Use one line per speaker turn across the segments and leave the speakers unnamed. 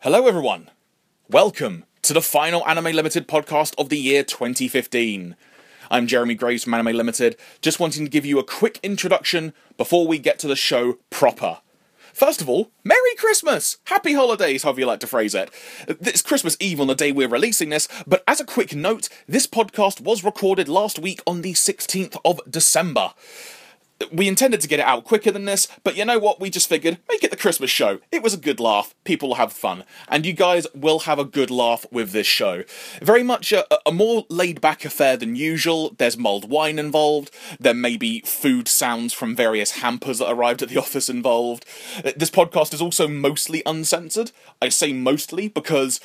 Hello, everyone. Welcome to the final Anime Limited podcast of the year 2015. I'm Jeremy Graves from Anime Limited, just wanting to give you a quick introduction before we get to the show proper. First of all, Merry Christmas! Happy holidays, however you like to phrase it. It's Christmas Eve on the day we're releasing this, but as a quick note, this podcast was recorded last week on the 16th of December we intended to get it out quicker than this, but you know what? We just figured, make it the Christmas show. It was a good laugh. People will have fun. And you guys will have a good laugh with this show. Very much a, a more laid back affair than usual. There's mulled wine involved. There may be food sounds from various hampers that arrived at the office involved. Uh, This podcast is also mostly uncensored. I say mostly because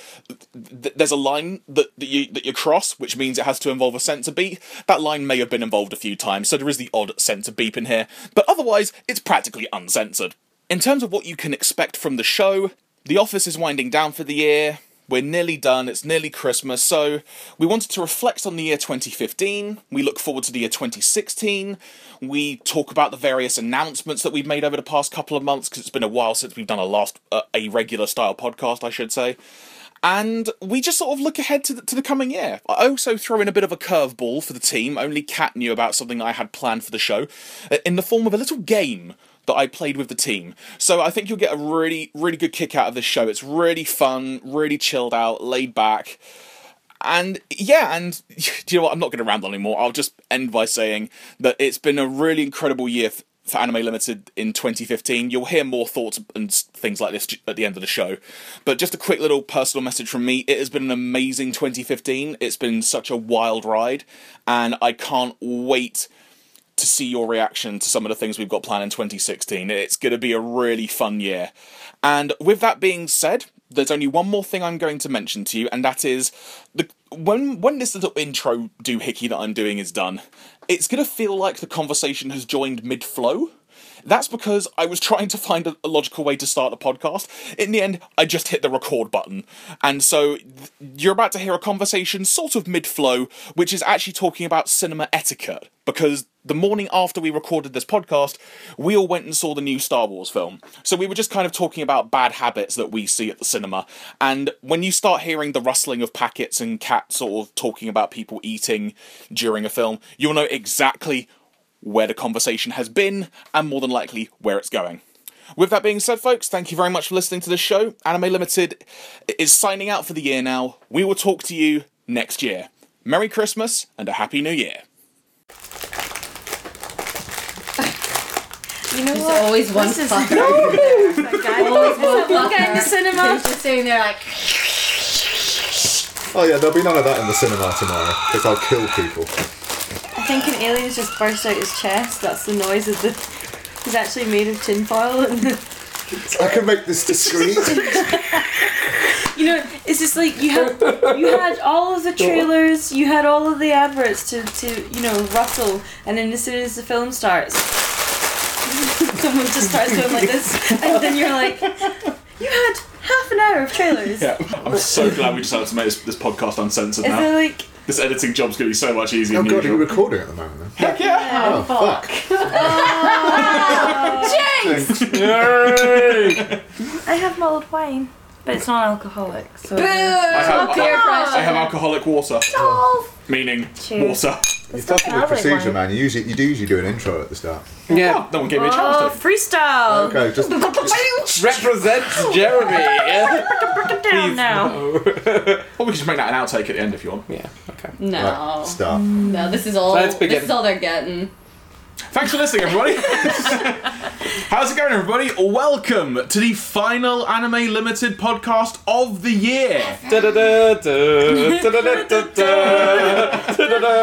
th- there's a line that, that, you, that you cross, which means it has to involve a censor beep. That line may have been involved a few times, so there is the odd censor beep in here, but otherwise, it's practically uncensored. In terms of what you can expect from the show, The Office is winding down for the year. We're nearly done, it's nearly Christmas, so we wanted to reflect on the year 2015. We look forward to the year 2016. We talk about the various announcements that we've made over the past couple of months, because it's been a while since we've done a last, uh, a regular style podcast, I should say and we just sort of look ahead to the, to the coming year. I also throw in a bit of a curveball for the team. Only Kat knew about something I had planned for the show, uh, in the form of a little game that I played with the team. So I think you'll get a really, really good kick out of this show. It's really fun, really chilled out, laid back. And yeah, and do you know what? I'm not going to ramble anymore. I'll just end by saying that it's been a really incredible year f- for Anime Limited in 2015. You'll hear more thoughts and s- things like this j- at the end of the show. But just a quick little personal message from me. It has been an amazing 2015. It's been such a wild ride, and I can't wait to see your reaction to some of the things we've got planned in 2016. It's going to be a really fun year. And with that being said, there's only one more thing I'm going to mention to you, and that is the when when this little intro doohickey that I'm doing is done, it's going to feel like the conversation has joined mid flow. That's because I was trying to find a, a logical way to start the podcast. In the end, I just hit the record button. And so th- you're about to hear a conversation sort of mid flow, which is actually talking about cinema etiquette. Because the morning after we recorded this podcast, we all went and saw the new Star Wars film. So we were just kind of talking about bad habits that we see at the cinema. And when you start hearing the rustling of packets and cats sort of talking about people eating during a film, you'll know exactly where the conversation has been, and more than likely where it's going. With that being said, folks, thank you very much for listening to this show. Anime Limited is signing out for the year now. We will talk to you next year. Merry Christmas and a Happy New Year.
You know
There's always one
This is-
fucker.
That guy. Always one guy in the cinema.
He's just sitting there like,
Oh yeah, there'll be none of that in the cinema tomorrow because I'll kill people.
I think an alien's just burst out his chest. That's the noise of the. He's actually made of tin foil. And
I can make this discreet.
you know, it's just like you had you had all of the trailers, you had all of the adverts to to you know rustle, and then as soon as the film starts, someone just starts going like this, and then you're like, you had half an hour of trailers.
Yeah, I'm so glad we decided to make this, this podcast uncensored
Is
now.
it like?
This editing job's going to be so much easier
oh
than
god, are you
usual.
recording at the moment then?
Heck yeah!
Oh, fuck.
Jinx!
I have mulled wine, but it's not alcoholic, so.
Boo!
have-
Oh,
Peer
I
pressure.
have alcoholic water, meaning
Cheers.
water.
You're fucking with
valid
procedure,
one.
man. You usually you do usually do an intro at the start.
Yeah.
Oh, no one gave me a chance
Oh,
to.
freestyle!
Okay, just
Represents Jeremy. yeah.
Put down now.
Or we can just make that an outtake at the end if you want.
Yeah, Okay.
No.
right, start.
No, this is all.
Let's begin.
This is all they're getting.
Thanks for listening, everybody. How's it going, everybody? Welcome to the final Anime Limited podcast of the year.
Wait,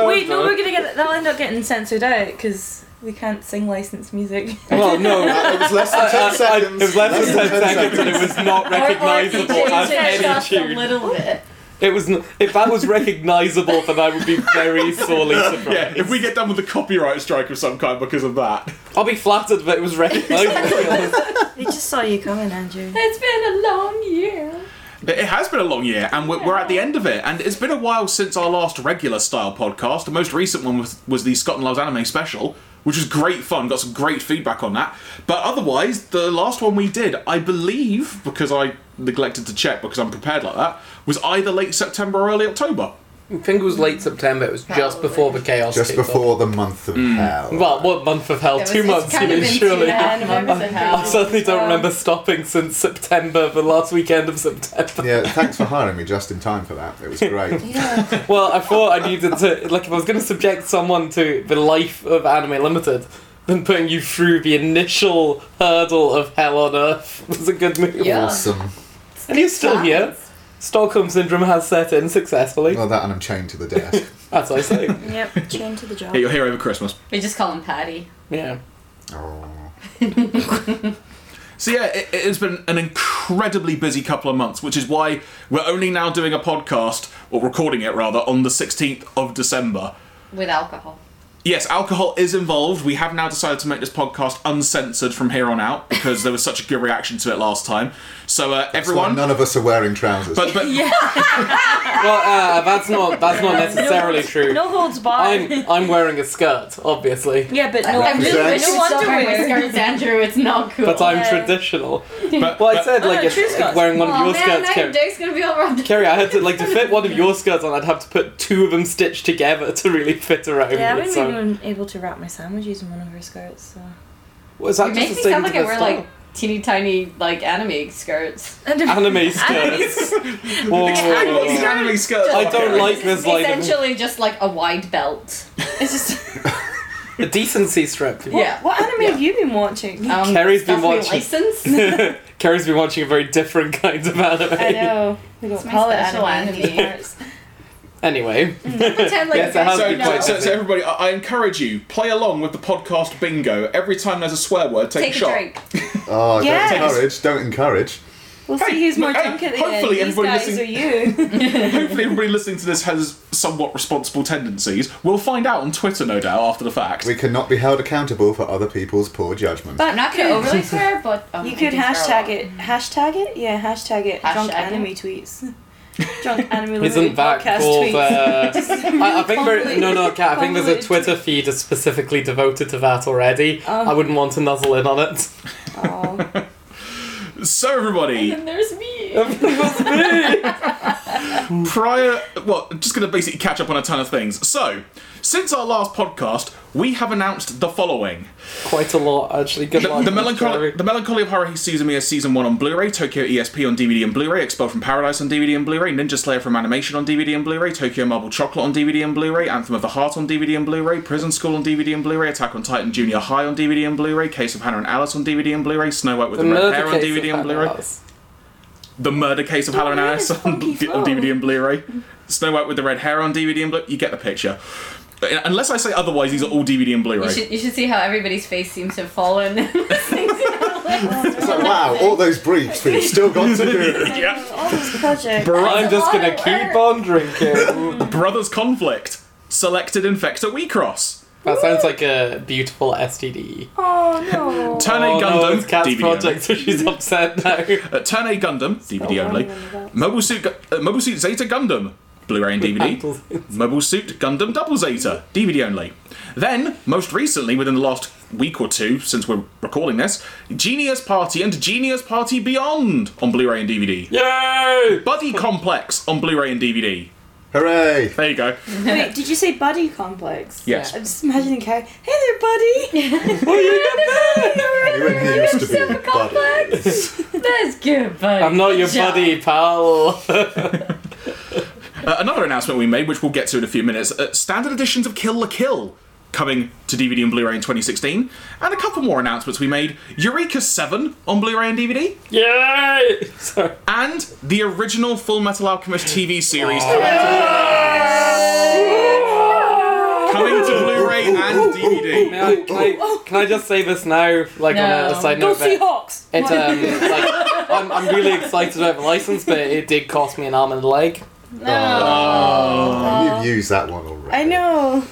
Wait,
no, we're gonna get that'll end up getting censored out because we can't sing licensed music.
Well, no.
It was less than ten
I-
seconds.
it was less than 10 seconds and it was not recognizable as any
just a
tune.
little bit.
It was, n- if that was recognizable, then I would be very sorely surprised.
Yeah, if we get done with the copyright strike of some kind because of that.
I'll be flattered that it was recognizable.
They just saw you coming, Andrew.
It's been a long year.
But it has been a long year, and we're, we're at the end of it. And it's been a while since our last regular style podcast. The most recent one was, was the Scott and Loves Anime Special, which was great fun. Got some great feedback on that. But otherwise, the last one we did, I believe, because I neglected to check because I'm prepared like that was either late September or early October.
I think it was late September. It was just
Probably.
before the chaos.
Just
kicked off.
before the month of hell.
Mm. Well, what month of hell?
It was-
two
it's
months, you
kind of
mean,
been two
surely.
and a half months of hell.
I certainly don't
Um,
remember stopping since September, the last weekend of September.
yeah, thanks for hiring me just in time for that. It was great.
Yeah.
Well, I thought I needed to, like, if I was going to subject someone to the life of Anime Limited, then putting you through the initial hurdle of hell on earth was a good move.
Yeah.
Awesome.
And you're still here. Stockholm Syndrome has set in successfully,
Well, that and I'm chained to the desk.
as I say.
Yep, chained to the job.
Yeah, you're here over Christmas.
We just call him Patty.
Yeah.
Oh.
So yeah, it, it has been an incredibly busy couple of months, which is why we're only now doing a podcast or recording it rather on the 16th of December.
With alcohol.
Yes, alcohol is involved. We have now decided to make this podcast uncensored from here on out because there was such a good reaction to it last time. So uh,
Well,
everyone,
none of us are wearing trousers.
but but
Well, uh, that's not that's not necessarily true.
No holds barred.
I'm I'm wearing a skirt, obviously,
yeah, but no,
I really wish
Represents-
you
no
stopped wearing my
underwear.
skirts, Andrew. It's not cool.
but I'm
Yeah.
traditional.
but,
Well, I
but-
said
Oh,
like
no,
if,
true
if
skirts.
wearing one of
Aw,
your
man,
skirts,
now your
Kerry,
dick's gonna be all rubbed.
Kerry, I had to like to fit one of your skirts on. I'd have to put two of them stitched together to really fit around
Yeah, I
it.
wouldn't
So
even able to wrap my sandwiches in one of her skirts. So.
was that
It
just
makes
a
me sound
statement
like I
of
wear
style?
like teeny tiny like anime skirts.
anime skirts? Whoa.
Hey, what's the anime skirt?
I don't like
It's
this like
essentially just like a wide belt.
It's just.
a decency strip.
Yeah.
What anime
Yeah.
have you been watching?
Um,
Kerry's been
stuff we
watching-
License?
Kerry's been watching a very different kind of anime.
I know. We don't
It's my
call it
special
anime. in these
anime.
parts.
Anyway,
Pretend like
Yes, it
you
has
guys
So,
been
know.
quite
so, so everybody, I, I encourage you play along with the podcast bingo. Every time there's a swear word, take,
Take
a
a
shot.
drink.
Oh,
Yes.
don't encourage. Don't encourage.
We'll
Hey,
see who's more
hey,
drunk at the
hopefully
end. These
everybody
guys
listening-
or you.
Hopefully, everybody listening to this has somewhat responsible tendencies. We'll find out on Twitter, no doubt, after the fact.
We cannot be held accountable for other people's poor judgment.
I'm not gonna overly swear, but um,
You
I
could
do swear a
hashtag
lot.
it. Hashtag it? Yeah, hashtag it. drunk
Hashtag
anime
it.
tweets. drunk anime
isn't
limited
that
podcast
called?
tweets.
Uh, I, I think there,
Convoluted-
no, no, Kat, I think there's a
convoluted
Twitter feed that's specifically devoted to that already.
Oh.
I wouldn't want to nuzzle in on it.
Oh.
So, everybody,
And there's me.
prior. Well, I'm just going to basically catch up on a ton of things. So, since our last podcast, we have announced the following.
Quite a lot, actually. Good
The,
luck.
the, melancholy,
Jerry.
the Melancholy of Haruhi Suzumiya Season 1 on Blu ray, Tokyo ESP on DVD and Blu ray, Expelled from Paradise on DVD and Blu ray, Ninja Slayer from Animation on DVD and Blu ray, Tokyo Marble Chocolate on DVD and Blu ray, Anthem of the Heart on DVD and Blu ray, Prison School on DVD and Blu ray, Attack on Titan Junior High on DVD and Blu ray, Case of Hannah and Alice on DVD and Blu ray, Snow White with
The
the, Red
murder
Hair on
case
DVD
of
and Blu ray,
Hannah's.
The Murder Case of Hannah and
man,
Alice
it's
on, on
funky flow.
DVD and Blu ray, Snow White with the Red Hair on DVD and Blu You get the picture. Unless I say otherwise, these are all DVD and Blu
You
ray.
should, you should see how everybody's face seems to have fallen.
It's like, wow, all those briefs we've still got to do.
yeah.
All these projects.
I'm just
lot
gonna
of
keep
work.
on drinking.
Brothers Conflict, selected Infector Wecross,
that sounds like a beautiful STD.
Oh no.
Turn A
oh, no,
Gundam,
it's Cat's
DVD
project, so she's upset now.
only, uh, Turn A Gundam, DVD only, Mobile Suit, Gu- uh, Mobile Suit Zeta Gundam, Blu-ray and DVD, Mobile Suit Gundam Double Zeta, DVD only. Then, most recently, within the last week or two since we're recording this, Genius Party and Genius Party Beyond on Blu-ray and DVD,
Yay!
Buddy Complex on Blu-ray and DVD.
Hooray!
There you go.
Wait, did you say buddy complex?
Yes.
I'm just imagining Carrie. Hey there, buddy.
You wouldn't he used to be
Super
buddy.
complex. That's good, buddy.
I'm not your
Good job.
buddy, pal.
Uh, another announcement we made, which we'll get to in a few minutes, uh, standard editions of Kill the Kill coming to DVD and Blu-ray in 2016, and a couple more announcements we made: Eureka 7 on Blu-ray and DVD,
Yay! Sorry.
and the original Full Metal Alchemist TV series coming to Blu-ray and DVD.
Can I, can, I, can I just say this now, like on a
No.
side
Go
note? that
Seahawks.
It, um, like, I'm, I'm really excited about the license, but it did cost me an arm and a leg.
Oh, You've used that one already.
I know.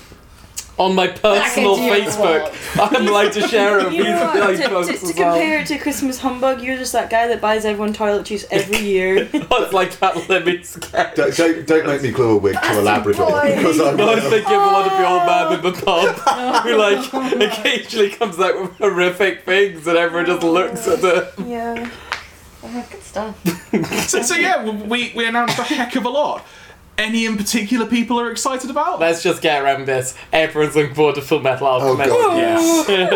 On my personal
into your
Facebook, I'm allowed to share it with
You know
my
what? To,
folks
to, to
as well.
compare it to Christmas humbug, you're just that guy that buys everyone toilet juice every year.
What's like that limit sketch?
Don't, don't, don't make me glue a wig to a Labrador
boy.
because I
I was
will.
thinking of one of the old man in the pub who like occasionally comes out with horrific things and everyone just looks at the
yeah. Oh
yeah, good stuff.
So, so yeah, we, we announced a heck of a lot. Any in particular people are excited about?
Let's just get around this. Everyone's looking forward to Full Metal
Oh,
Alchemist.
God,
yes.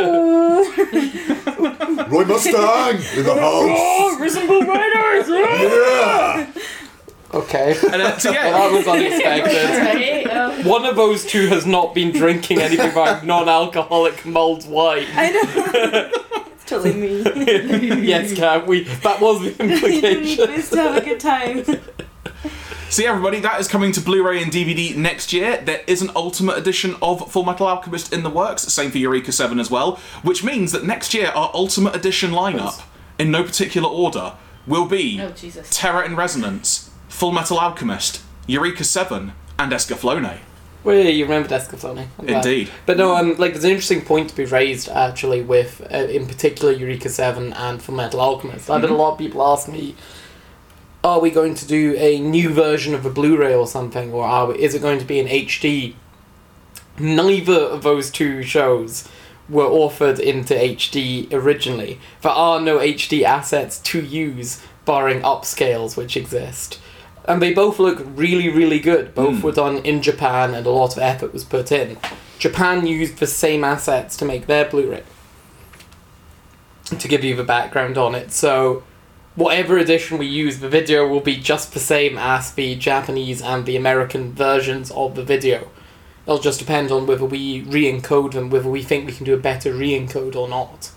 Oh,
Roy Mustang in the house.
Resemble Riders!
Yeah.
Okay.
And, uh, so yeah,
that was
Right?
unexpected.
Oh.
One of those two has not been drinking anything but non-alcoholic mulled wine.
I know. it's totally me.
Yes, Cam, we that was the
you don't need
implication.
this to have a good time.
So yeah, everybody, that is coming to Blu-ray and DVD next year. There is an Ultimate Edition of Full Metal Alchemist in the works. Same for Eureka Seven as well, which means that next year our Ultimate Edition lineup, in no particular order, will be
oh, Jesus.
Terror and Resonance, Full Metal Alchemist, Eureka Seven, and Escaflowne.
Wait, you remember Descaflowne? I'm glad.
Indeed.
But no, um, like there's an interesting point to be raised actually with, uh, in particular, Eureka Seven and Full Metal Alchemist. I've had a lot of people ask me, "Are we going to do a new version of a Blu-ray or something, or are we, is it going to be in HD?" Neither of those two shows were offered into HD originally. There are no HD assets to use, barring upscales which exist. And they both look really, really good.
Hmm.
Both were done in Japan, and a lot of effort was put in. Japan used the same assets to make their Blu-ray. To give you the background on it, so whatever edition we use, the video will be just the same as the Japanese and the American versions of the video. It'll just depend on whether we re-encode them, whether we think we can do a better re-encode or not.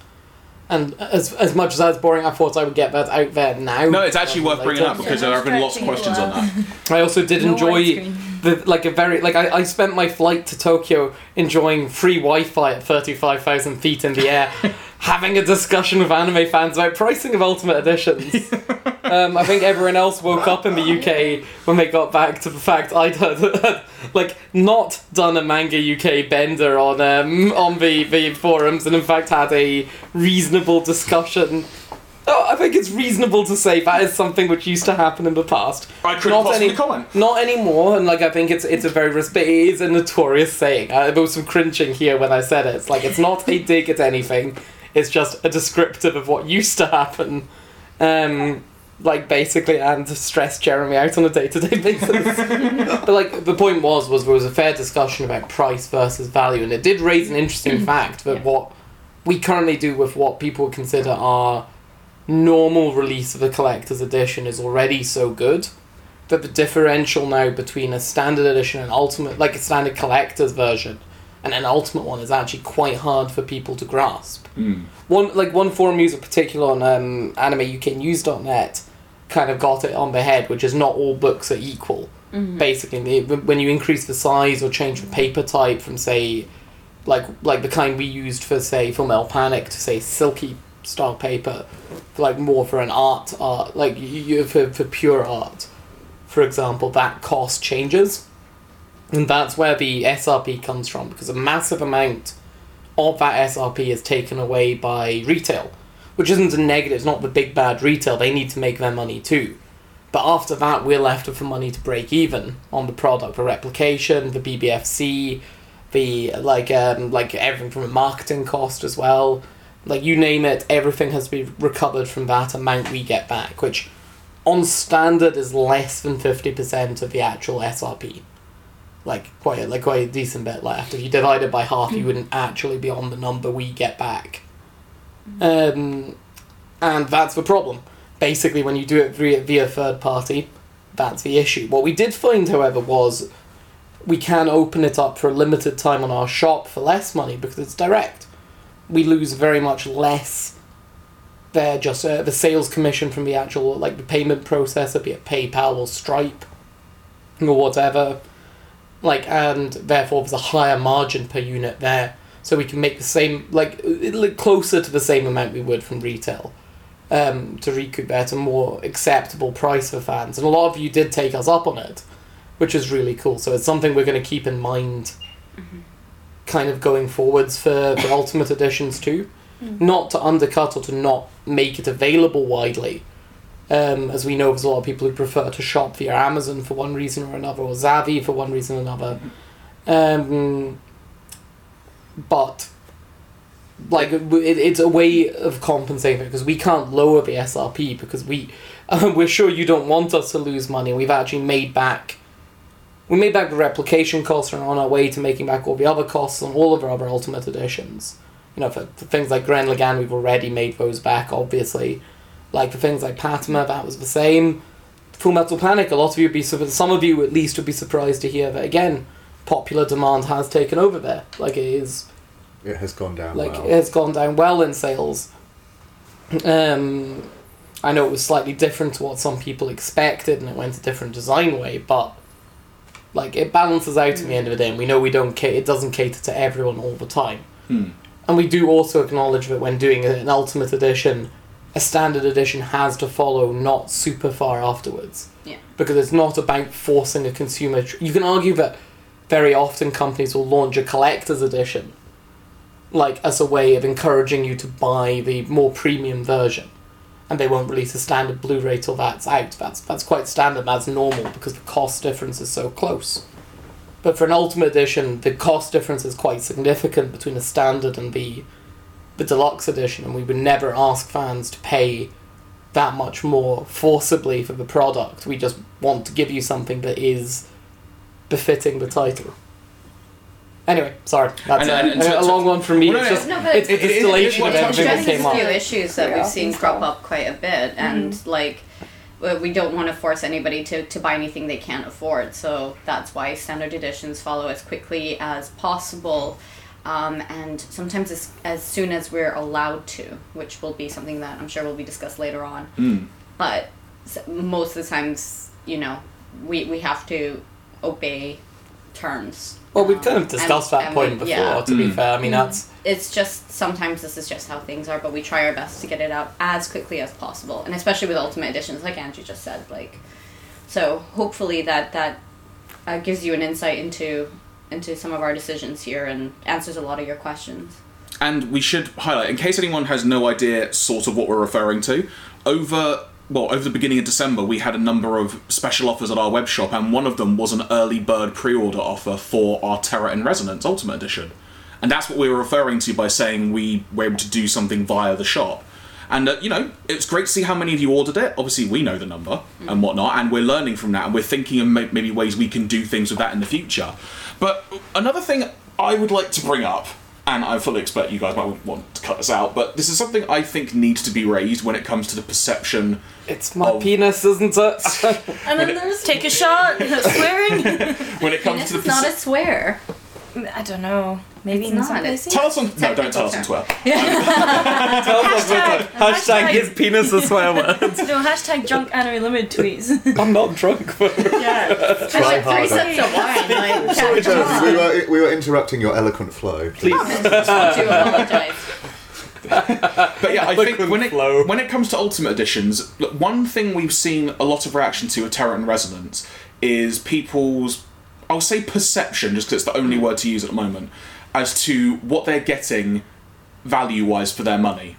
And as as much as that's boring, I thought I would get that out there now.
No, it's actually worth bringing up
Later.
because
So
there have been lots of
stretching
questions on
well.
that.
I also did
No
enjoy
widescreen.
the like a very like I, I spent my flight to Tokyo enjoying free Wi-Fi at thirty five thousand feet in the air, having a discussion with anime fans about pricing of Ultimate Editions. um, I think everyone else woke up in the UK when they got back to the fact I'd had, like not done a manga UK bender on um, on the, the forums and in fact had a reasonable discussion. Oh, I think it's reasonable to say that is something which used to happen in the past.
I couldn't possibly
any-
comment.
Not anymore, and like I think it's it's a very res- but it is a notorious saying. Uh, there was some cringing here when I said it. It's like it's not a dig at anything. It's just a descriptive of what used to happen. Um, like basically, and to stress Jeremy out on a day to day basis. but like the point was, was there was a fair discussion about price versus value, and it did raise an interesting fact that
Yeah.
what we currently do with what people consider our normal release of a collector's edition is already so good that the differential now between a standard edition and ultimate, like a standard collector's version, and an ultimate one is actually quite hard for people to grasp. One like one forum user particular on um, AnimeUKNews.net kind of got it on the head, which is not all books are equal. Basically, the- when you increase the size or change the paper type from say, like like the kind we used for say Full Metal Panic to say silky style paper, like more for an art art like you, you for for pure art for example, that cost changes. And that's where the SRP comes from because a massive amount of that SRP is taken away by retail, which isn't a negative, it's not the big bad retail. They need to make their money too. But after that, we're left with the money to break even on the product, the replication, the BBFC, the like, um, like everything from a marketing cost as well. Like you name it, everything has to be recovered from that amount we get back, which on standard is less than fifty percent of the actual SRP. Like quite a, like quite a decent bit left. If you divide it by half, you wouldn't actually be on the number we get back. Um, and that's the problem. Basically, when you do it via, via third party, that's the issue. What we did find, however, was we can open it up for a limited time on our shop for less money because it's direct. We lose very much less they're just uh, the sales commission from the actual like the payment processor, be it PayPal or Stripe or whatever. Like and therefore there's a higher margin per unit there, so we can make the same like it- like, closer to the same amount we would from retail. Um, to recoup at a more acceptable price for fans, and a lot of you did take us up on it, which is really cool. So it's something we're going to keep in mind, kind of going forwards for the Ultimate Editions too not to undercut or to not make it available widely. Um, as we know, there's a lot of people who prefer to shop via Amazon for one reason or another, or Zavi for one reason or another. Um, but like w- it, it's a way of compensating for it because we can't lower the SRP because we um, we're sure you don't want us to lose money. We've actually made back we made back the replication costs and are on our way to making back all the other costs on all of our other Ultimate editions. You know, for, for things like Grand Lagan, we've already made those back, obviously. Like for things like Patma, that was the same. Full Metal Panic, a lot of you would be sur- some of you at least would be surprised to hear that again. Popular demand has taken over there. Like it is
It has gone down
like
well.
it has gone down well in sales. Um, I know it was slightly different to what some people expected, and it went a different design way, but like it balances out at the end of the day. And we know we don't ca- it doesn't cater to everyone all the time, and we do also acknowledge that when doing an ultimate edition, a standard edition has to follow not super far afterwards
Yeah.
because it's not about forcing a consumer. Tr- you can argue that very often companies will launch a collector's edition, like as a way of encouraging you to buy the more premium version, and they won't release a standard Blu-ray till that's out. That's that's quite standard. That's normal because the cost difference is so close. But for an ultimate edition, the cost difference is quite significant between the standard and the the deluxe edition, and we would never ask fans to pay that much more forcibly for the product. We just want to give you something that is befitting the title. Anyway, sorry, that's
And-
it.
and- and-
a long one from me.
Well, no,
it's
no,
just
no, but-
it's the
It- it- it-
distillation
what
of
touches
everything
on
that
There's
came
a
up.
few issues that
Yeah.
we've seen crop up quite a bit, and like we we don't want to force anybody to, to buy anything they can't afford, so that's why standard editions follow as quickly as possible, um, and sometimes as, as soon as we're allowed to, which will be something that I'm sure will be discussed later on.
Hmm.
But s- most of the times, you know, we, we have to obey terms.
Well, we've
um,
kind of discussed
and-
that
and
point
we-
before.
yeah Mm.
To be fair, I mean that's
it's just sometimes this is just how things are, but we try our best to get it out as quickly as possible, and especially with ultimate editions, like Andrew just said, like. So hopefully that that uh, gives you an insight into into some of our decisions here and answers a lot of your questions.
And we should highlight, in case anyone has no idea sort of what we're referring to, over well, over the beginning of December, we had a number of special offers at our web shop, and one of them was an early bird pre-order offer for our Terror and Resonance Ultimate Edition, and that's what we were referring to by saying we were able to do something via the shop. And uh, you know, it's great to see how many of you ordered it. Obviously, we know the number and whatnot, and we're learning from that, and we're thinking of ma- maybe ways we can do things with that in the future. But another thing I would like to bring up, and I fully expect you guys might want to cut this out, but this is something I think needs to be raised when it comes to the perception.
it's my
Oh.
penis, isn't it?
And then there's take a shot. Swearing.
When it comes
This
to the
is not a
perception.
swear.
I don't know. Maybe
It's
in
not,
some
it's-
places.
Tell us on no, don't tell us on
Technical
Twitter.
Hashtag, hashtag his
penis a swear word.
No, hashtag drunk anime limited tweets.
I'm not drunk. But
yeah.
It's like three
harder.
sips of wine. Like,
Sorry,
yeah, come
Josie,
on.
we were, we were interrupting your eloquent flow. Please.
I do apologize.
But yeah, I think
Liquid
when it
flow.
when it comes to Ultimate Editions, look, one thing we've seen a lot of reaction to with Terror and Resonance is people's, I'll say perception, just because it's the only word to use at the moment, as to what they're getting value wise for their money.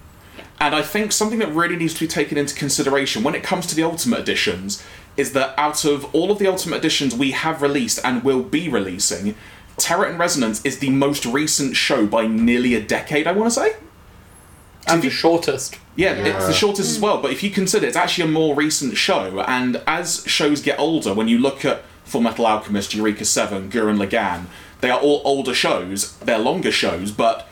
And I think something that really needs to be taken into consideration when it comes to the Ultimate Editions is that out of all of the Ultimate Editions we have released and will be releasing, Terror and Resonance is the most recent show by nearly a decade, I want to say.
I'm the shortest.
Yeah, it's the shortest as well. But if you consider, it's actually a more recent show, and as shows get older, when you look at Full Metal Alchemist, Eureka Seven, Gurren Lagann, they are all older shows. They're longer shows, but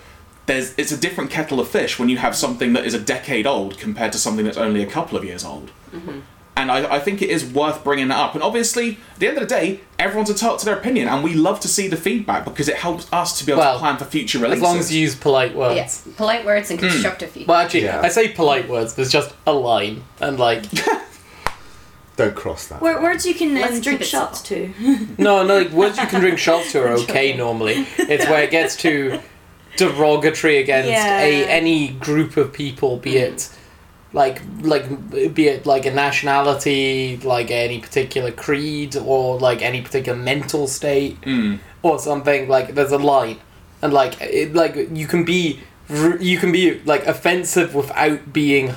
there's it's a different kettle of fish when you have something that is a decade old compared to something that's only a couple of years old.
Mm-hmm.
And I, I think it is worth bringing that up. And obviously, at the end of the day, everyone's entitled to their opinion, and we love to see the feedback because it helps us to be able
Well,
to plan for future
As
releases.
long as you use polite words.
Yeah, polite words and constructive feedback.
Well, actually,
Yeah.
I say polite words. There's just a line, and like,
Don't cross that.
Where, words you can
Let's
um, drink
keep it
shots to.
no, no, like words you can drink shots to are okay normally. It's where it gets too derogatory against a
Yeah.
any group of people, be it like like be it like a nationality, like any particular creed, or like any particular mental state, or something. Like, there's a line, and like it, like you can be. r- You can be like offensive without being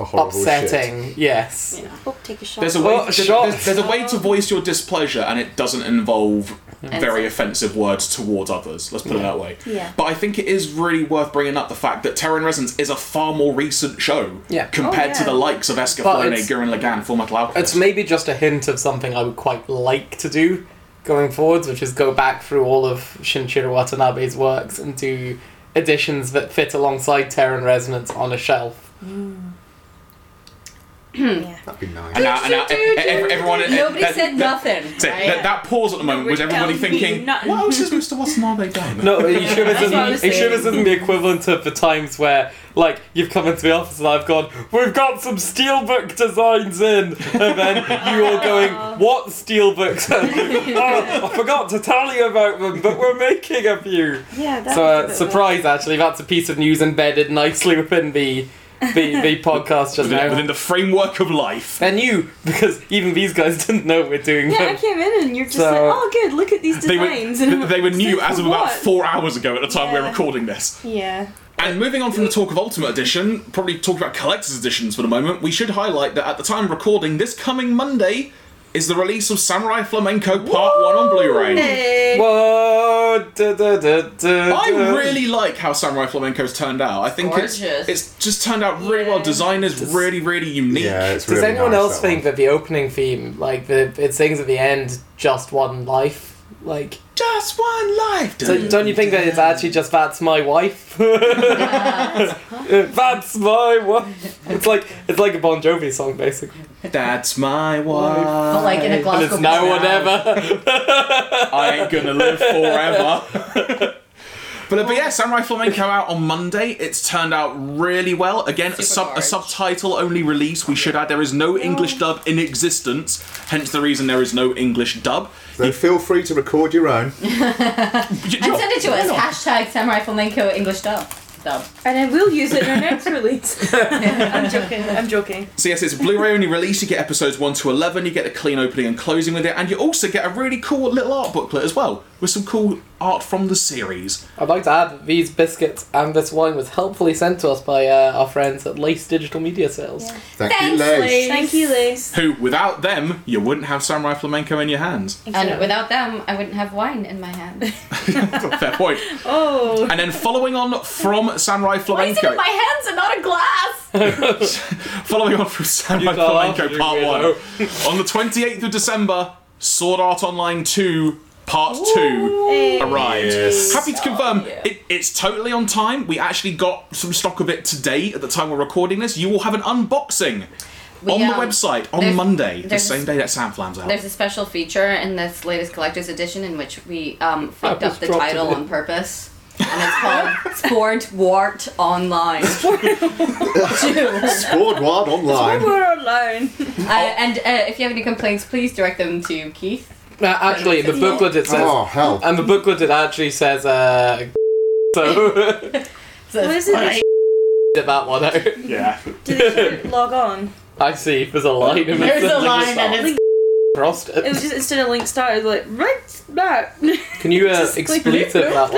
A horrible shit.
upsetting. Yes.
You know.
Oh, take a shot.
There's a way.
Oh,
there's,
shocked.
there's- there's a way to voice your displeasure, and it doesn't involve
And
very
so-
offensive words towards others. Let's put it that way.
Yeah.
But I think it is really worth bringing up the fact that Terror and Resonance is a far more recent show
Yeah.
compared
Oh,
to
yeah.
the likes of
But
Escaflowne,
it's-
Gurren Lagann, Full Metal Alchemist.
It's maybe just a hint of something I would quite like to do going forwards, which is go back through all of Shinichiro Watanabe's works and do editions that fit alongside Terran Resonance on a shelf.
That'd be nice.
and now, and now, e- e- ev- everyone, e-
Nobody
that-
said
that-
nothing.
say,
right?
that, that pause at the moment was
Nobody
everybody
tells me
thinking,
nothing.
what else has Mr. Watanabe done?
No, are you sure this
That's what I
isn't,
was
are you sure this
saying.
isn't the equivalent of the times where, like, you've come into the office and I've gone, we've got some steelbook designs in, and then you all going, what steelbooks? oh, I forgot to tell you about them, but we're making a few.
Yeah, that's
So uh, surprise, actually, that's a piece of news embedded nicely within the the, the podcast just
Within,
now.
within the framework of life.
They're new because even these guys didn't know we're doing
Yeah, I
them.
came in and you're just
So-
like, oh, good, look at these
They were,
designs. and I'm
they
like,
they were new
"For
as of about
what?"
four hours ago at the time we we're
Yeah.
recording this.
Yeah.
And moving on from the talk of Ultimate Edition, probably talk about collector's editions for the moment, we should highlight that at the time of recording, this coming Monday is the release of Samurai Flamenco Part 1 on Blu ray.
Whoa, da, da, da, da,
I
da.
really like how Samurai Flamenco's turned out. I think it's,
Gorgeous.
it's just turned out really well. Design is really, really unique.
Yeah, it's
Does
really
anyone
nice,
else
that one.
think that the opening theme, like the it sings at the end, just one life, like?
Just one life,
So
dude.
don't you think that it's actually just that's my wife? that's my wife. It's like it's like a Bon Jovi song basically.
That's my wife.
But like in a
And
Glasgow
it's now or
bar.
never.
I ain't gonna live forever. But, but yeah, Samurai Flamenco out on Monday. It's turned out really well. Again, a,
Super
sub, a
large.
subtitle only release. We should add there is no English dub in existence, hence the reason there is no English dub.
Then feel free to record your own.
You-
And
you-
send it to
why
us.
not?
Hashtag Samurai Flamenco English dub. Dub.
And I will use it in our next release. I'm joking. I'm joking.
So yes, it's a Blu-ray only release. You get episodes one to eleven. You get a clean opening and closing with it, and you also get a really cool little art booklet as well with some cool art from the series.
I'd like to add that these biscuits and this wine was helpfully sent to us by uh, our friends at Lace Digital Media Sales.
Thank you,
Thanks,
Lace.
Lace.
Thank you, Lace.
Who, without them, you wouldn't have Samurai Flamenco in your hands.
And without them, I wouldn't have wine in my hand.
Fair point.
oh,
And then following on from Samurai
Why is it in
Flamenco,
my hands and not a glass?
following on from Samurai
You fell off,
Flamenco
you
Part One,
weirdo.
on the twenty eighth of December, Sword Art Online Two Part Two
hey.
arrived.
Yes.
Happy to confirm,
yeah.
it, it's totally on time. We actually got some stock of it today. At the time we're recording this, you will have an unboxing
We,
on the
um,
website on
there's-
Monday, the
there's-
same day that Sam Flams out.
There's a special feature in this latest collector's edition in which we um, fucked
Apple's
up the
dropped
title
it.
on purpose. And it's called Sport Wart Online.
Squad Ward online.
We're online.
Uh, and uh, if you have any complaints, please direct them to Keith.
Uh, actually, the booklet it says,
Oh, hell.
and the booklet it actually says, uh, so
So
What is it?
did that one out.
yeah.
Do they should log on?
I see. There's a line. in
There's
it.
a line
start.
and it's
Crossed
It was just instead of link start, it was like right back.
Can you uh,
Just like-
expletive that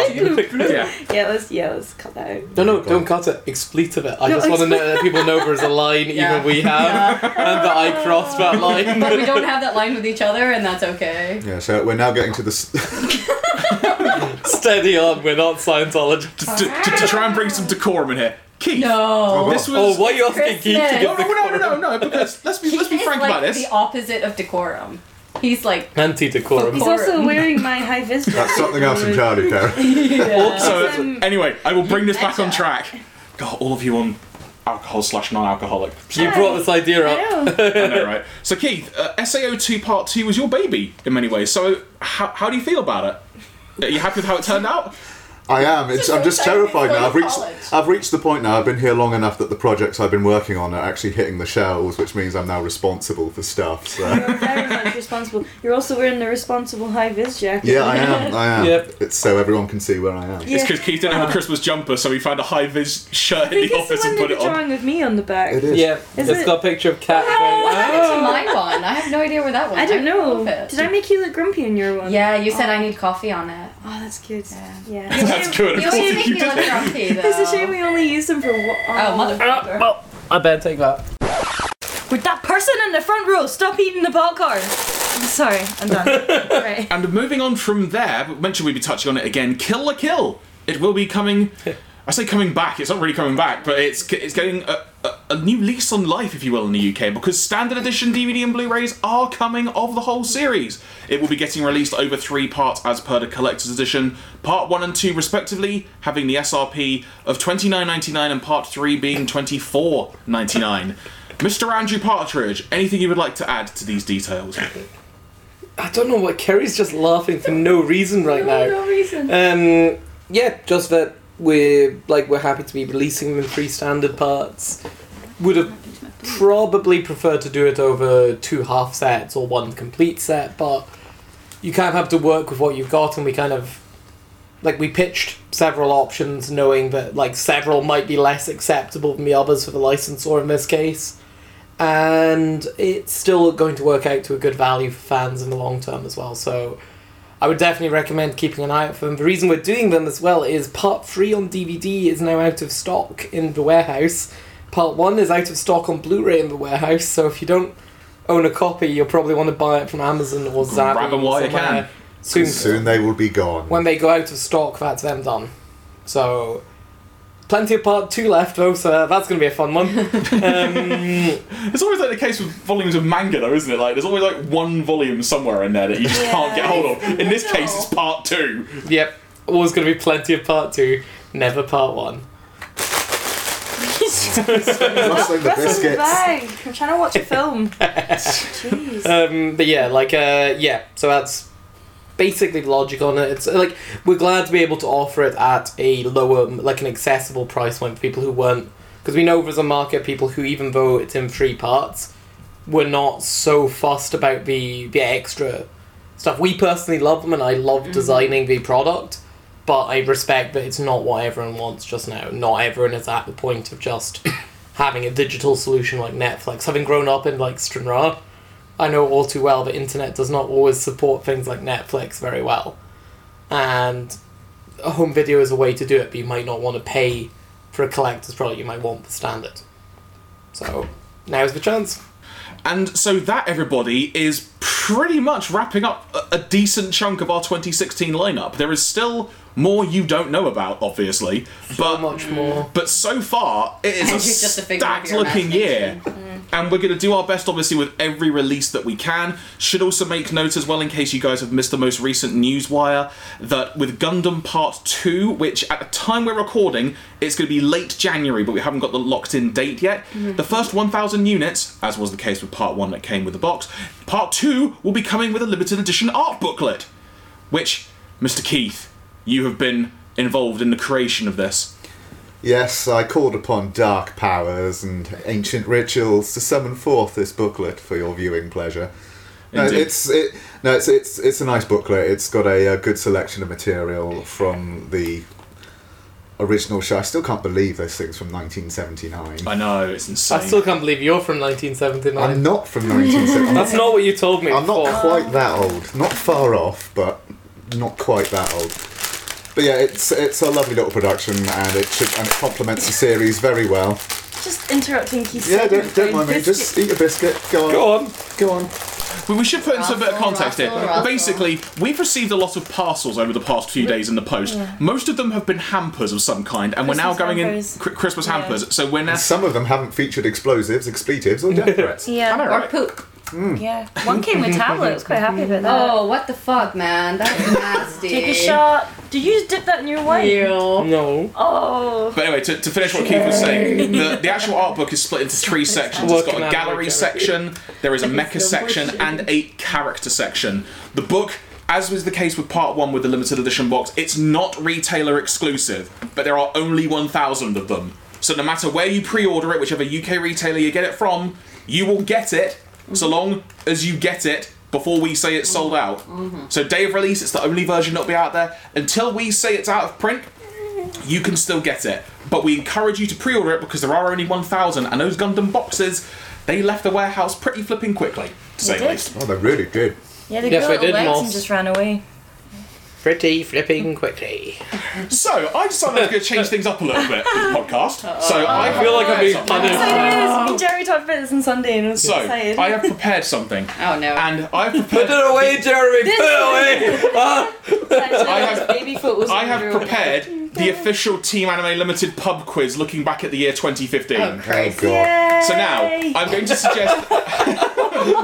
one?
Yeah.
yeah, let's yeah, let's cut that out.
No, no, don't cut it. Expletive it. I
No,
just want to know that people know there's a line
Yeah.
even we have, and that I crossed that
But
line.
we don't have that line with each other, and that's okay.
Yeah, so we're now getting to the. s-
Steady on, we're not Scientologists.
To, to, to try and bring some decorum in here, Keith.
No.
This was.
Oh, why are you asking Keith to
Christmas.
no,
give the
no, no, no, no, because let's be let's be
He's
frank
like
about this.
the opposite of decorum. He's like,
anti-decorum?
He's
Or-
also wearing my high vis.
That's something else entirely, Darren.
So
Um,
anyway, I will bring this back
Gotcha.
on track. God, all of you on alcohol slash non-alcoholic.
You brought this idea up.
I know.
I know, right? So Keith, uh, Sao two part two was your baby in many ways. So how, how do you feel about it? Are you happy with how it turned out?
I am. It's, I'm just
It's like
terrified
going
now. I've
to
reached.
college.
I've reached the point now. I've been here long enough that the projects I've been working on are actually hitting the shelves, which means I'm now responsible for stuff. So.
You're very much responsible. You're also wearing the responsible high vis jacket.
Yeah, I am. I am.
Yep.
It's so everyone can see where I am.
It's
Yeah.
because Keith didn't have a Christmas jumper, so he found a high vis shirt in the
Because the
office and
one
put
did
it
the
on.
drawing with me on the back.
It is.
Yeah,
Is
it's
it-
got a picture of cat. going, "Ah,
to my one. I have no idea where that one.
I don't know.
love it.
Did I make you look grumpy in your one?
Yeah, you said I need coffee on it.
Oh, that's cute.
Yeah.
Yeah.
That's good.
You
Of
always
course
make
you
me look
did.
grumpy though.
It's a shame we only use them for one.
Oh,
"Ah."
motherfucker.
well, I better take that.
With that person in the front row, stop eating the popcorn. Sorry, I'm done. right.
And moving on from there, but mentioned we'd be touching on it again. Kill la Kill. It will be coming. I say coming back. It's not really coming back, but it's it's getting a, a, a new lease on life, if you will, in the UK because standard edition DVD and Blu-rays are coming of the whole series. It will be getting released over three parts as per the collector's edition, part one and two respectively, having the SRP of twenty nine ninety nine and part three being twenty four ninety nine. Mr. Andrew Partridge, anything you would like to add to these details?
I don't know why Kerry's just laughing for no reason right now.
no reason.
Um, yeah, just that we're like we're happy to be releasing them in three standard parts. Would have probably preferred to do it over two half sets or one complete set, but you kind of have to work with what you've got, and we kind of like we pitched several options, knowing that like several might be less acceptable than the others for the licensor in this case. And it's still going to work out to a good value for fans in the long term as well. So I would definitely recommend keeping an eye out for them. The reason we're doing them as well is part three on DVD is now out of stock in the warehouse. Part one is out of stock on Blu-ray in the warehouse. So if you don't own a copy, you'll probably want to buy it from Amazon or Zappy.
Grab 'em
or
while you
somewhere
can.
Soon,
Soon they will be gone.
when they go out of stock, that's them done. So, plenty of part two left though, so that's going to be a fun one. um,
It's always like the case with volumes of manga, though, isn't it? Like, there's always like one volume somewhere in there that you just
Yeah.
can't get hold of. In this
No.
case, it's part two.
yep, always going to be plenty of part two, never part one.
Rustling the
Russell's
biscuits.
bag. I'm trying to watch a film. Jeez.
Um, but yeah, like uh, yeah, so that's basically the logic on it. It's uh, like we're glad to be able to offer it at a lower, like an accessible price point for people who weren't, because we know there's a market of people who, even though it's in three parts, were not so fussed about the the extra stuff. We personally love them, and I love designing the product. But I respect that it's not what everyone wants just now. Not everyone is at the point of just having a digital solution like Netflix. Having grown up in like Stranraer, I know all too well that internet does not always support things like Netflix very well. And a home video is a way to do it, but you might not want to pay for a collector's product, you might want the standard. So now's the chance.
And so that, everybody, is pretty much wrapping up a- a decent chunk of our 2016 lineup. There is still more you don't know about, obviously, but
Mm,
Much more.
But so far, it is a
Andrew's just a figment of
stacked
your
looking year.
imagination.
And we're going to do our best, obviously, with every release that we can. Should also make note as well, in case you guys have missed the most recent news wire, that with Gundam Part 2, which at the time we're recording, it's going to be late January, but we haven't got the locked in date yet.
Mm-hmm.
The first 1,000 units, as was the case with Part 1 that came with the box, Part 2 will be coming with a limited edition art booklet, which, Mr. Keith, you have been involved in the creation of this.
Yes, I called upon dark powers and ancient rituals to summon forth this booklet for your viewing pleasure. No,
Indeed.
it's it, no, it's it's it's a nice booklet. It's got a, uh good selection of material from the original show. I still can't believe this thing's from 1979.
I know it's insane.
I still can't believe you're from 1979.
I'm not from 1979.
That's not what you told me
I'm
before.
not quite that old. Not far off, but not quite that old. But yeah, it's it's a lovely little production, and it should, and it complements the series very well.
Just interrupting Keith's
Yeah, don't,
segment
don't
by
mind me.
biscuit-
Just eat a biscuit. Go on.
Go on.
Go on.
Well, we should put into a bit of
Russell,
context here.
Russell, Russell.
Basically, we've received a lot of parcels over the past few days in the post. Most of them have been hampers of some kind, and we're now
Christmas
going
hampers.
in Chri- Christmas
Yeah.
hampers. So we're now.
Some of them haven't featured explosives, expletives, or death threats.
I know,
Yeah,
Or
right?
poop.
yeah. One came with tablet. I was quite happy about that.
Oh, what the fuck, man? That's nasty.
Take a shot. Did you just dip that in your wine?
Ew.
No.
Oh.
But anyway, to, to finish what Keith was saying, the, the actual art book is split into three sections. It's got
Working
a
out
gallery
my character.
section, there is a mecha section, and a character section. The book, as was the case with part one with the limited edition box, it's not retailer exclusive, but there are only 1,000 of them. So no matter where you pre order it, whichever UK retailer you get it from, you will get it so long as you get it before we say it's sold out. So day of release, it's the only version that'll be out there. Until we say it's out of print, you can still get it. But we encourage you to pre-order it because there are only 1,000, and those Gundam boxes, they left the warehouse pretty flipping quickly, to say
They
the
did.
least.
Oh, they're really good.
Yeah, they
Yes,
grew
I
little
did,
legs
Moss.
and just ran away.
Pretty flipping quickly.
So I decided I was going to change things up a little bit with the podcast. So I
I feel like I'm being punished.
Excited is Jerry talked about this on Sunday, and I was
So
excited.
I have prepared something,
Oh no.
and I've
Put
prepared.
it away, Jeremy.
This-
Put it away.
I have-
baby foot was
I
under-
have prepared the official Team Anime Limited pub quiz, looking back at the year 2015.
oh Christ.
God.
Yay!
So now I'm going to suggest.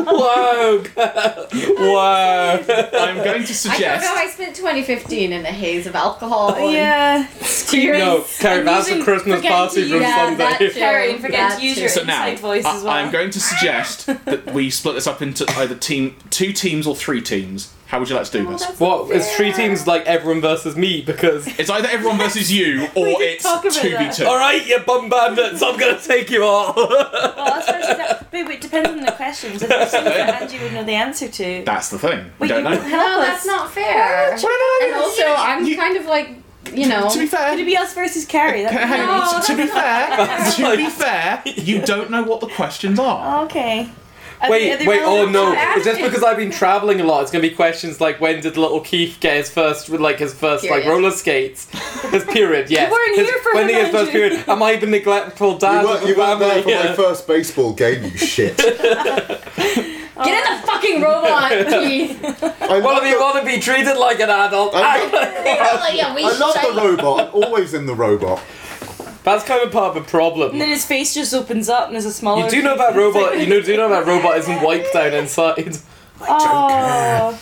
Wow. wow.
I'm going to
I don't know.
suggest.
I spent 2015 in a haze of alcohol. and-
yeah, tears.
No, Carrie, that's a Christmas party from
Yeah, that
Sunday.
too.
Carrie, forget
That
to use
too.
your
So now
inside voice as well.
I, am going to suggest that we split this up into either team, two teams or three teams. How would you like to do
Well,
this?
Oh, that's
What? It's three
fair.
teams like everyone versus me because.
It's either everyone versus you or
did
it's
talk about
two v
that.
two.
Alright, you bum bandits, I'm gonna take you all.
Well, that's what she said. Wait, wait, depends on the questions. If there's something that Angie would know the answer to,
That's the thing. We
wait,
don't
you
know.
wouldn't help
No,
us.
that's not fair.
Well, no, no,
And
no, no,
also,
you-
I'm
you-
kind of like, you know.
To be fair,
Could it be us versus Carrie? That'd be
Hang
great.
on.
No,
to be fair, to be fair, you don't know what the questions
Oh.
are.
Okay. Are they- are
Wait,
they
wait, oh
relevant to
no.
Angie?
Just because I've been travelling a lot, it's gonna be questions like when did little Keith get his first, like his first, like
Period.
roller skates? His period, yes.
weren't
His-
here for him,
When he gets first
Andrew.
period, am I the neglectful dad
You
of
weren't,
the
you weren't there for
family?
my first baseball game, you shit.
Get in the fucking robot, Keith.
I
Well,
love
if you
the,
want to be treated like an adult, ah,
I
act like-
I love the robot. I'm always in the robot.
that's kind of part of a problem.
And then his face just opens up and there's a smaller.
You do know that robot. You know, do know that robot isn't wiped down inside.
Oh.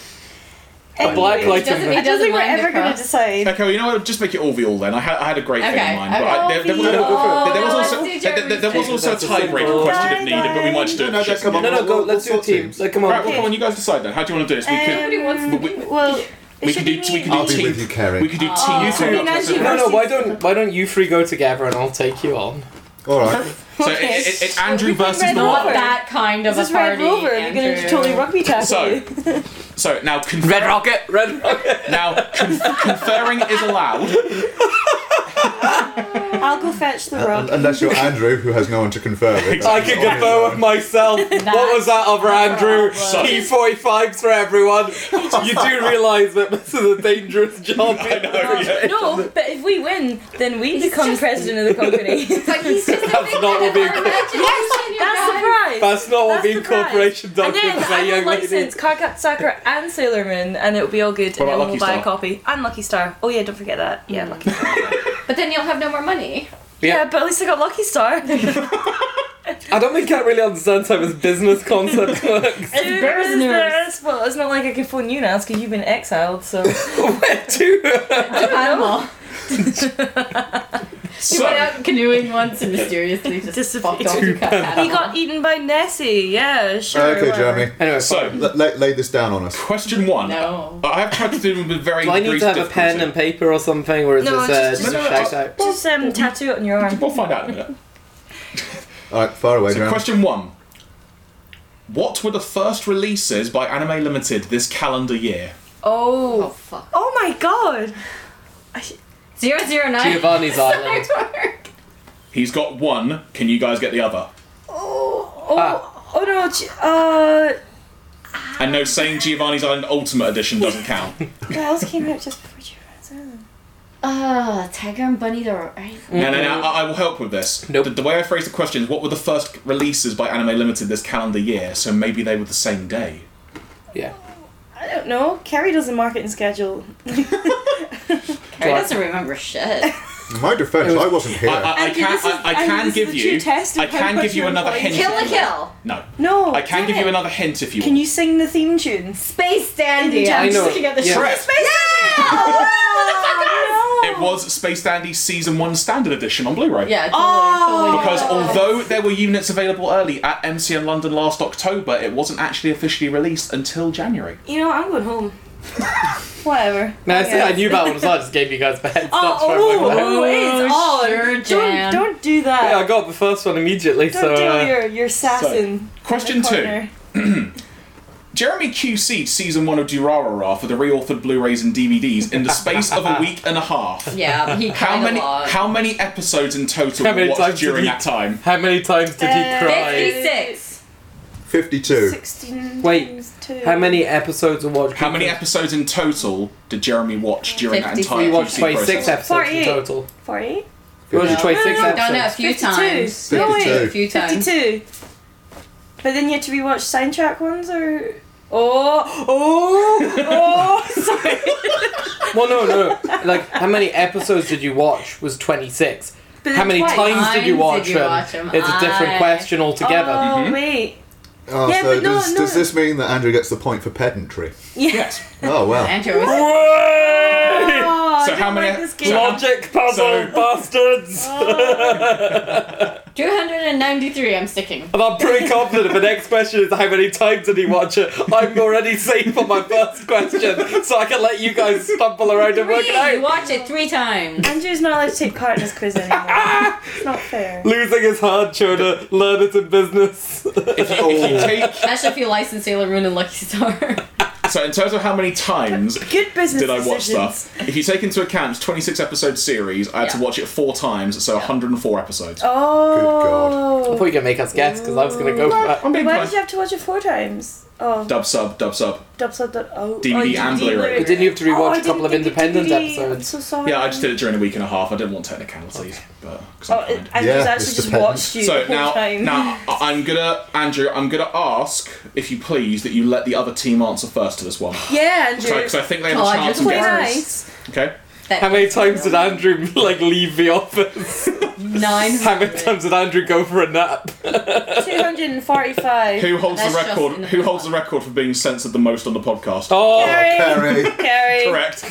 A black
Anyway,
light
doesn't
in
he
I
there.
don't think we're
Doesn't mind
ever
the
going to
cross.
decide.
Okay, well, you know what? Just make it all veal then. I had, I had a great thing in
Okay,
mind,
okay.
but I, there, there, was- there,
Oh,
was- there was also
Alveal.
there, there- there was also a
That's a simple-
tiebreaker question if needed, but we might just do it.
No, no,
just-
come on.
No, no, go.
What-
Let's do a
what
team.
teams?
Like, come on.
Right, well, come on, you guys decide then. How do you want to do this? We could
Um,
wants to
do it.
Well,
we
it
could do
should be
we
me.
could
I'll
do
be
team.
with you, Carrie.
We could do
Oh,
team.
You two.
products.
Imagine
No, no. Why don't Why don't you three go together and I'll take you on?
All right.
So it,
Okay.
it, it's Andrew
We can
versus
read
the
them
world.
all.
that kind of
This is
a
Red
party.
Rover. You're going to
Andrew.
totally rugby tackle
So,
you.
so now confer-
Red Rocket. Red Rocket.
now con- conferring is allowed.
I'll go fetch the rug.
Unless you're Andrew, who has no one to confirm it.
I can confer with myself. What was that other Andrew? P forty fives for everyone. You do realise that this is a dangerous job.
Oh,
No, but if we win, then we become
just-
president of the company.
It's like he's just a
That's
big
not what
head
being-
of our imagination, you
That's the
guys.
prize.
That's not what
That's the
being
prize.
corporation
And then
documents say,
I
young
will
lady.
license Cardcaptor Sakura and Sailor Moon, and it'll be all good.
What
and
about
then
Lucky
we'll buy
Star?
a copy. And Lucky Star. Oh yeah, don't forget that. Yeah, Lucky. Star.
But then you'll have no more money.
Yeah, but at least I got Lucky Star.
I don't think I really understand how this business concept works.
Dude, business. Well, it's not like I can phone you and ask because you've been exiled. So
Where to?
Panama. He went
So
out canoeing once and mysteriously just fucked off to
he
Panama.
got eaten by Nessie. Yeah, sure.
Okay,
whatever.
Jeremy.
Anyway,
so
L- lay, lay this down on us.
question one.
No.
I have tried to do them with very.
Do I need
brief
to have a pen
difficulty.
and paper or something, or is
No,
this uh,
just-
just,
No, no,
a
no,
shout out?
Just um, tattoo it on your arm.
We'll find out in a minute.
All right, far away,
So
Jeremy.
question one. What were the first releases by Anime Limited this calendar year?
Oh,
Oh,
fuck.
oh my God.
Zero zero nine.
Giovanni's Island.
He's got one. Can you guys get the other?
Oh, oh,
Ah.
oh no. G- Uh,
And no, saying Giovanni's Island Ultimate Edition doesn't count.
what else came out just before Giovanni's Island?
Ah, Tiger and Bunny the right?
Mm,
No, no, no. I, I will help with this.
Nope.
The, the way I phrase the question is, what were the first releases by Anime Limited this calendar year? So maybe they were the same day.
Yeah.
I don't know. Carrie does the marketing schedule.
Carrie doesn't remember shit.
In my defence, I wasn't here.
I, I, I
Andrew,
can,
this is-
I, I
Andrew,
can
this
give
is the true
you.
test of
I
how
can
much
give you
you're
another
employed.
hint.
Kill a kill.
No.
No.
I can
damn
give you
it.
another hint if you
Can
want.
you sing the theme tune? Space
Space Dandy.
I
I'm just
know.
looking at the
Yeah.
short-
Correct.
Oh,
It was Space Dandy Season 1 Standard Edition on Blu-ray.
Yeah, totally.
Oh.
totally.
Because although there were units available early at MCN London last October, it wasn't actually officially released until January.
You know, I'm going home. Whatever.
No, I, said I
Yeah.
knew that one, so I just gave you guys the heads up.
Oh,
so I'm like,
oh, it's on.
sure,
don't,
Jan.
don't do that.
yeah, I got the first one immediately,
don't
so.
do
Uh,
your, your sassin.
Question two. Jeremy QC'd season one of Durarara for the reauthored Blu-rays and DVDs in the space of a week and a half.
yeah, he
How
cried
many
a lot.
how many episodes in total
How
were
many
watched
times did
during
he-
that time?
how many times did he
Uh,
cry?
Fifty.
56.
52.
16
Wait,
times two.
How many episodes of Watch?
How many episodes in total did Jeremy watch during that
53.
entire
We watched
QC
26
process?
episodes
Forty-eight.
in total.
48?
We watched
No.
26
No, no, no,
I've done it a
episodes.
few
52.
times.
No, wait.
52.
A few times.
52. But then you had to rewatch soundtrack ones or. Oh, oh, oh, sorry.
Well, no, no. Like, how many episodes did you watch was 26.
But
How
then
many
twice.
times did you watch
Times did you watch
them?
them?
It's a different
Aye.
question altogether.
Oh,
Mhm.
wait.
Oh,
Yeah,
so
but no,
does, does
no.
this mean that Andrew gets the point for pedantry?
Yeah.
Yes.
Oh, wow.
Andrew was
Oh,
So
I
how
don't
many-
Like this game.
so how-
Logic puzzle
So-
bastards!
Oh.
two hundred and ninety-three. I'm sticking.
And I'm pretty confident if the next question is how many times did he watch it, I'm already safe on my first question, so I can let you guys stumble around and work
Three.
it
You
out.
watched it three times.
Andrew's not allowed to take part in this quiz anymore. it's not fair.
Losing is hard, Jonah. Learn it in business.
If you, if you take
That's if you license Sailor Moon and Lucky Star.
so in terms of how many times
Good business.
did I watch
decisions.
stuff, if you take into account it's 26 episode series, I had to
Yeah.
watch it four times, so 104 episodes.
Oh.
Before you can make us guess, because I was going to go for that.
I'm being
Why did you
kind.
have to watch it four times? Oh,
Dub sub, dub sub.
dub sub dub. Oh,
DVD
oh, you
and
did
Blu-ray.
it.
But didn't you have to rewatch
Oh, I
a
didn't
couple of
get the
independent
DVD. I'm
episodes?
so sorry.
Yeah, I just did it during a week and a half. I didn't want technicalities, but because
Oh,
I'm
it,
kind.
and
Yeah,
he's
it's
actually just
dependent.
watched you the
So
whole
now,
time.
now I- I'm gonna Andrew. I'm gonna ask if you please that you let the other team answer first to this one,
yeah, Andrew.
because I think they have
Oh,
a
I
chance
just
of
Play
getting
realized.
this.
nice.
Okay.
How many times did Andrew like leave the office?
Nine.
How many times did Andrew go for a nap?
245.
Who holds the
That's just
record?
in the
Who holds the
podcast.
record for being censored the most on the podcast?
Oh,
Carrie.
Harry.
Carrie.
Correct.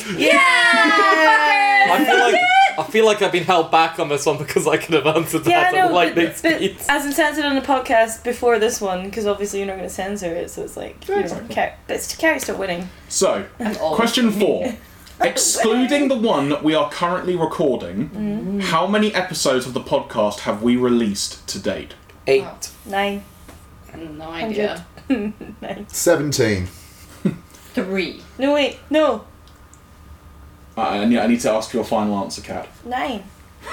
Yeah.
I feel like I feel like I've been held back on this one because I could have answered
Yeah,
that
I
at
know,
lightning
but, but
speed.
as in censored on the podcast before this one, because obviously you're not going to censor it, so it's like, you know,
Exactly.
Car- but it's Carrie's still winning.
So,
I'm old.
question four. Excluding the one that we are currently recording,
Mm-hmm.
how many episodes of the podcast have we released to date?
Eight.
Nine.
Oh, No idea.
Nine.
17.
Three.
No, wait, no,
Uh, I, need, I need to ask your final answer, Kat.
nine.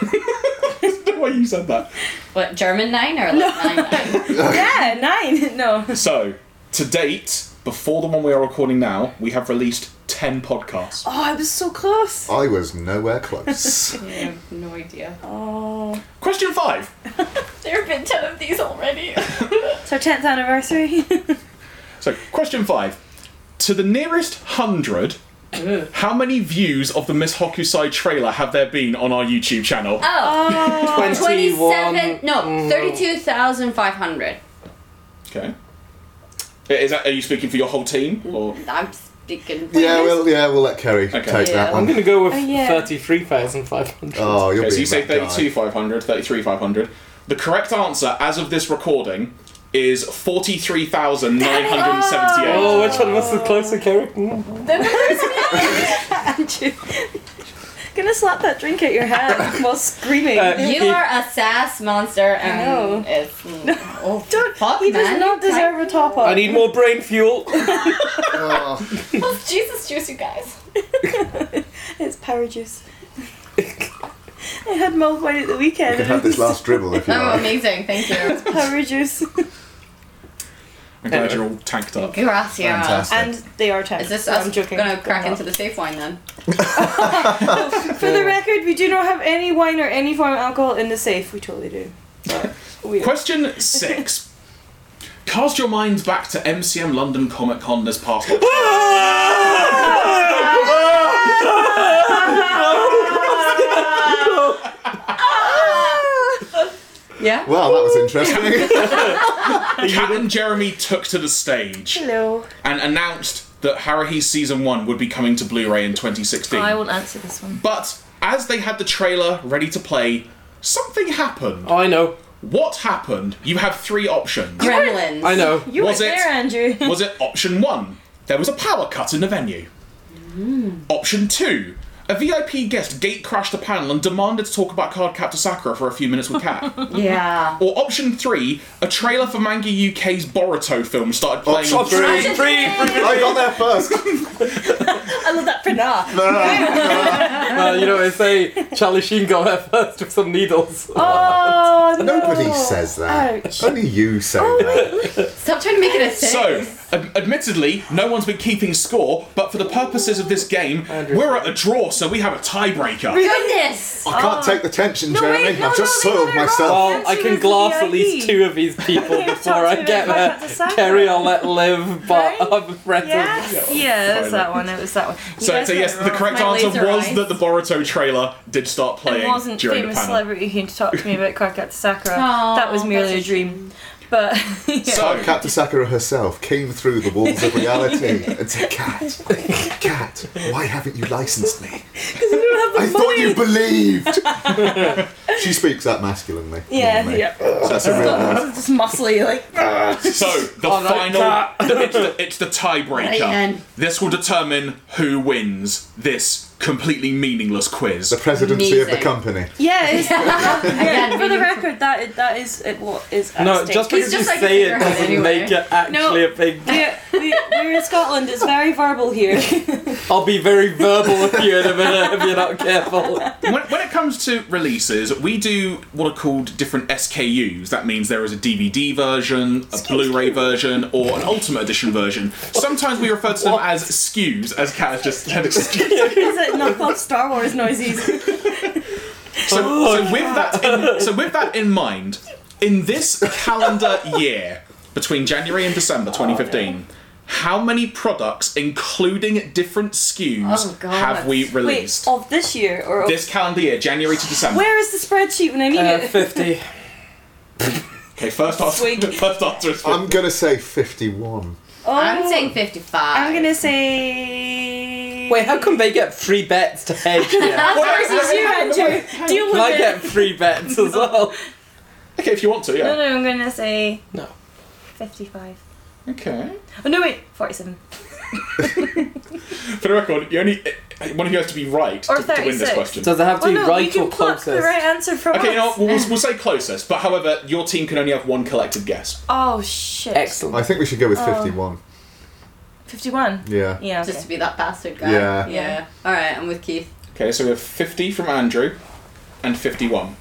The way you said that.
What German nine or like nine nine?
Yeah, nine. No.
So, to date, before the one we are recording now, we have released 10 podcasts.
Oh, I was so close.
I was nowhere close.
I have no idea.
Oh,
Question five.
There have been ten of these already.
it's our tenth anniversary.
So, question five. To the nearest hundred, how many views of the Miss Hokusai trailer have there been on our YouTube channel?
Oh,
oh,
twenty-seven.
Mm.
No, thirty-two thousand five hundred.
Okay. Is that, are you speaking for your whole team?
Mm.
Or
I'm speaking.
yeah, we'll, yeah, we'll let Kerry
Okay.
take
Yeah.
that one.
I'm gonna go with
Oh, yeah.
thirty-three thousand five hundred.
Oh, you'll
okay,
be
so you say
that guy.
32,500, 33,500. The correct answer, as of this recording, is 43,978.
oh, which one was the closer, Kerry?
Andrew. Gonna slap that drink at your hand while screaming.
Uh,
You are a sass monster, and
know.
it's oh,
Don't.
fuck,
he does
man.
not deserve a top up.
I need more brain fuel.
Oh,
Jesus juice, you guys.
It's power juice. I had mulled wine at the weekend.
you can have this last dribble if you
Oh,
like.
amazing! Thank you.
Power juice.
I'm glad you're all tanked up.
Gracias.
Fantastic.
and they are 10.
Is this
No,
us
I'm joking.
gonna
They're
crack
not.
into the safe wine then?
For the record, we do not have any wine or any form of alcohol in the safe. We totally do. We don't.
Question six. Cast your mind back to MCM London Comic Con this past October.
Oh,
Yeah.
Well, that was interesting.
Kat and Jeremy took to the stage
Hello.
and announced that Haruhi Season 1 would be coming to Blu-ray in 2016.
I won't answer this one.
But as they had the trailer ready to play, something happened.
Oh, I know.
What happened? You have three options.
Gremlins.
I know.
You
Was
were
it-
there, Andrew.
Was it option one? There was a power cut in the venue. Option two. A VIP guest gate crashed the panel and demanded to talk about Card Captor Sakura for a few minutes with Kat.
Yeah.
or option three, a trailer for Manga UK's Boruto film started playing.
Option
on-
three. I got there first.
I love that Prana.
Uh, you know, they say Charlie Sheen got there first with some needles.
Oh, no.
Nobody says that.
Ouch. Oh,
Only you say that.
Stop trying to make it a thing.
So, ad- admittedly, no one's been keeping score, but for the purposes of this game, we're at a draw, so we have a tiebreaker.
Goodness!
I can't take the tension,
uh, No,
Jeremy.
wait, no,
I've just
no, they
soiled
got it
myself.
wrong.
Well, I
Fancy
can
with
glass
the
at least
VIP.
two of these people
can't
before I
talk to
get
them about
there.
that
Carry on, let live, but
Right?
I'm afraid of
Yes, yeah, it was that one. It was that one. You
So,
guys
so
got
yes,
it
the
wrong.
correct
My
answer
laser
was
eyes.
that the Boruto trailer did start
I
playing
wasn't
during the
famous
panel.
celebrity who talked to me about Kakata Sakura.
Aw,
that was merely Oh, a
that's a
dream. But yeah.
So,
Captain Sakura herself came through the walls of reality and said, Cat, Cat, why haven't you licensed me? I thought you believed! she speaks that masculinely.
yeah,
normally.
yeah.
That's a real one.
It's just muscly, like
so the final, the- it's the, it's the tiebreaker.
Man.
This will determine who wins this completely meaningless quiz.
The presidency of the
Amazing.
company.
yeah. It's, yeah
Again,
for the
meaning-
record, that is, that is it, what is at
No,
stake.
just because
just
you
like a
say it
figurehead
doesn't
anyway.
make it actually
No.
a big
we're, we- we're in Scotland. It's very verbal here.
I'll be very verbal with you in a minute if you're not careful.
when, when it comes to releases, we do what are called different SKUs. That means there is a DVD version, a Blu-ray version, or an Ultimate Edition version. Sometimes we refer to them as SKUs, as Kat has just said. SKUs.
Is it knock off Star Wars noises?
So, so with that, in, so with that in mind, in this calendar year, between January and December 2015. How many products, including different SKUs,
Oh, God.
have we
Wait,
released?
of this year or of,
this calendar year, January to December.
where is the spreadsheet when I need
Uh,
it?
50.
Okay, first answer.
Swig.
First answer is
I'm gonna say 51.
Oh,
I'm saying 55.
I'm gonna say.
Wait, how come they get free bets to hedge here?
This is you, Andrew. Deal with
Can I
it.
get free bets as well?
Okay, if you want to, yeah.
No, no, I'm gonna say
No.
55.
Okay.
Oh, no, wait, 47.
For the record, you only eh, one of you has to be right
Or
to, to win this
36.
question.
Does it have to
Oh,
be
no, you
right
can
or
pluck
closest?
the right answer from
Okay, you know
us.
what, we'll, we'll say closest, but however, your team can only have one collective guess.
Oh, shit.
I
Excellent.
think we should go with
Oh.
51.
51.
Yeah.
Yeah. okay.
Just to be that bastard guy.
Yeah.
Yeah. Alright, I'm with Keith.
Okay, so we have 50 from Andrew and 51.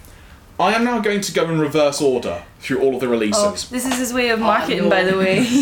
I am now going to go in reverse order through all of the
Oh,
releases.
this is his way of marketing, by the way.
Oh,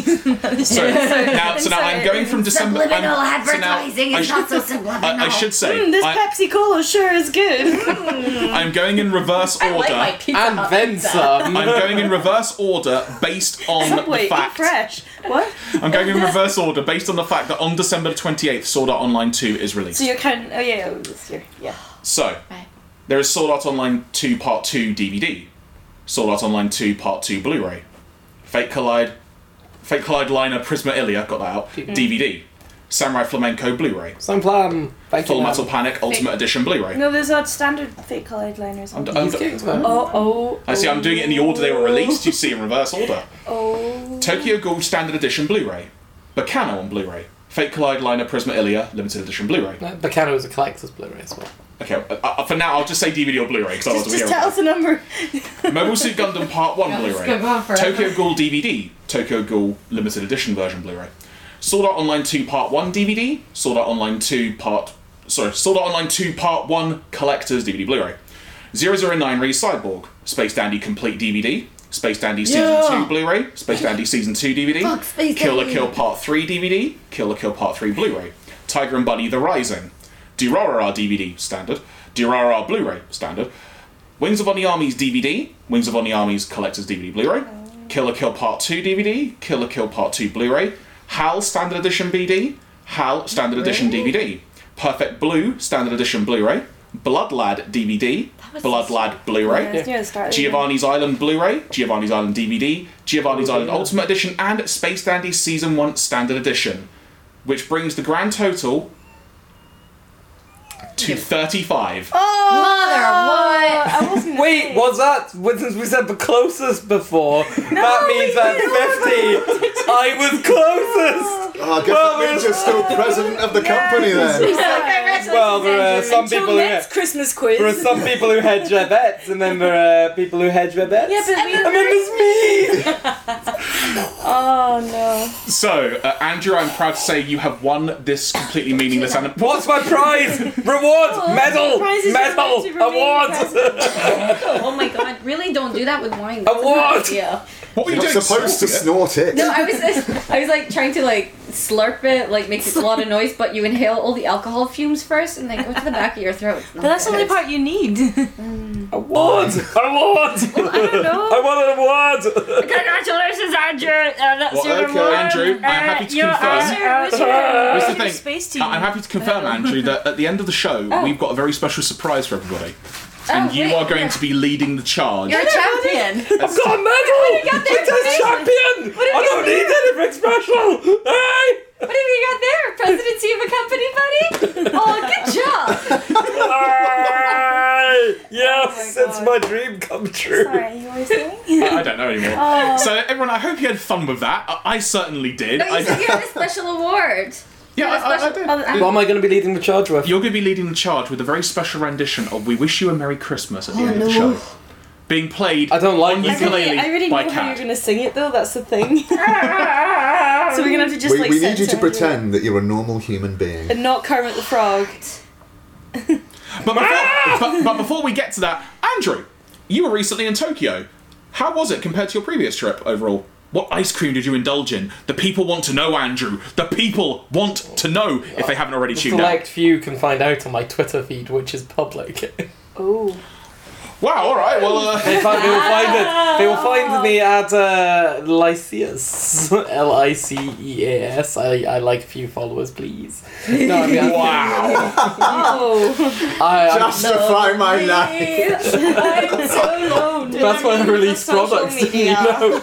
So now, so now I'm going from December. I'm-
Subliminal
so now
advertising
I
is
should-
not so subliminal. Mm,
I, I should say
Hmm, this
I,
Pepsi Cola sure is good.
I'm going in reverse
I
order.
like my pizza.
And
Hut
then
pizza.
some.
I'm going in reverse order based on
Subway,
the
eat
fact
fresh. What?
I'm going in reverse order based on the fact that on December 28th, Sword Art Online 2 is released.
So you're kind of. Oh, yeah, yeah, this year. Yeah.
So,
Right.
there is Sword Art Online 2 Part 2 DVD, Sword Art Online 2 Part 2 Blu ray, Fate Collide, Fate Collide Liner Prisma Ilia, got that out,
Mm-hmm.
DVD, Samurai Flamenco Blu ray,
Some plan. Thank you.
Full
ma'am.
Metal Panic Ultimate Edition Blu ray.
No, there's not standard fake colored liners on.
I'm,
Oh,
I'm,
You've kicked, man.
oh, oh.
I see, I'm doing it in the order they were released, you see, in reverse order.
Oh.
Tokyo Ghoul Standard Edition Blu ray, Bacano on Blu ray, Fate Collide Liner Prisma Ilia Limited Edition Blu ray.
Uh, Bacano is a collector's Blu-ray as well.
Oh.
Okay, uh, uh, for now I'll just say DVD or Blu-ray because I don't
Just,
want to be
just tell us a number.
Mobile Suit Gundam Part One
Yeah, this
Blu-ray,
could go on forever.
Tokyo Ghoul DVD, Tokyo Ghoul Limited Edition version Blu-ray, Sword Art Online Two Part One DVD, Sword Art Online Two Part sorry Sword Art Online Two Part One Collectors DVD Blu-ray, 009 Re Cyborg Space Dandy Complete DVD. Space Dandy Season
Yeah.
2 Blu ray, Space Dandy Season 2 DVD,
Fuck Space
Kill la
Dandy.
Kill Part 3 DVD, Kill la Kill Part 3 Blu ray, Tiger and Bunny The Rising, Durarara DVD Standard, Durarara Blu ray Standard, Wings of Onyami's DVD, Wings of Onyami's Collector's DVD Blu-ray, Killer Kill Part 2 DVD, Killer Kill Part 2 Blu-ray, HAL Standard Edition BD, HAL Standard Edition DVD, Perfect Blue Standard Edition Blu-ray, Bloodlad DVD, Bloodlad Blu-ray,
Yeah, it's near the start. of the year.
Giovanni's Island Blu-ray, Giovanni's Island DVD, Giovanni's Island Ultimate Edition, and Space Dandy Season 1 Standard Edition, which brings the grand total to 35.
Mother, what?
Uh, I wasn't
Wait, was that? well, Since we said the closest before, that means that 50. I was closest.
Oh, I guess
Well,
the ninja's
we're-
still president of the company then.
Well, there are some
Until
people who
next Christmas quiz.
there are some people who hedge their bets, and then there are people who hedge their bets.
yeah, but we.
and then there's me.
Oh no.
So, uh, Andrew, I'm proud to say you have won this completely meaningless anim-
What's my prize? Reward,
Oh,
medal,
prizes are meant to
medal,
remain
award.
Oh my god, really don't do that with wine.
A what?
Yeah.
What were you
You're
doing?
not supposed to
snorting
snort it.
No, I was I was like trying to like slurp it, like makes a lot of noise, but you inhale all the alcohol fumes first and they go to the back of your throat. It's not
But that's the
good.
only part you need.
Award, an award.
I don't
I
know.
want an award.
Congratulations, Andrew. Uh, that's
Well, your okay, reward. Andrew, I'm Uh, happy to your- confirm- uh,
What's your,
it?
what's
Here's
your,
the thing.
space team?
I- Uh, I'm happy to confirm,
Um,
Andrew, that at the end of the show, we've got a very special surprise for everybody. And
Oh,
you
wait,
are going
yeah.
to be leading the charge.
You're a champion.
I've got a medal. It says champion. I don't need anything special. Hey.
What have you got there? Presidency of a company, buddy? Oh, good job.
Hey. Yes,
Oh my
it's
God.
my dream come true.
Sorry, you were saying?
I don't know anymore.
Oh.
So, everyone, I hope you had fun with that. I, I certainly did.
No,
I,
you said you had a special award.
yeah, I, I, I did.
What am I going to be leading the charge with?
You're going to be leading the charge with a very special rendition of "We Wish You a Merry Christmas"
Oh,
at the end of the show, being played
I don't like
on
this.
I really,
ukulele
I really
by
knew how you
Cat.
were going to sing it though, that's the thing. so we're going to have to just
we
like
we need you to
censor it.
pretend that you're a normal human being.
Uh,
And not Kermit the Frog.
But before, but, but before we get to that, Andrew, you were recently in Tokyo. How was it compared to your previous trip overall? What ice cream did you indulge in? The people want to know, Andrew. The people want to know if they haven't already tuned
Select
out.
few can find out on my Twitter feed, which is public.
Oh.
Wow, all right, well, uh,
In fact, they will find it. They will find me at uh, Lyceus. L I C E A S. I I like a few followers, please. No, I mean, I-
wow.
Oh.
I, I-
Justify my life.
I'm so lonely.
that's why I release
Social
products. You
media.
know?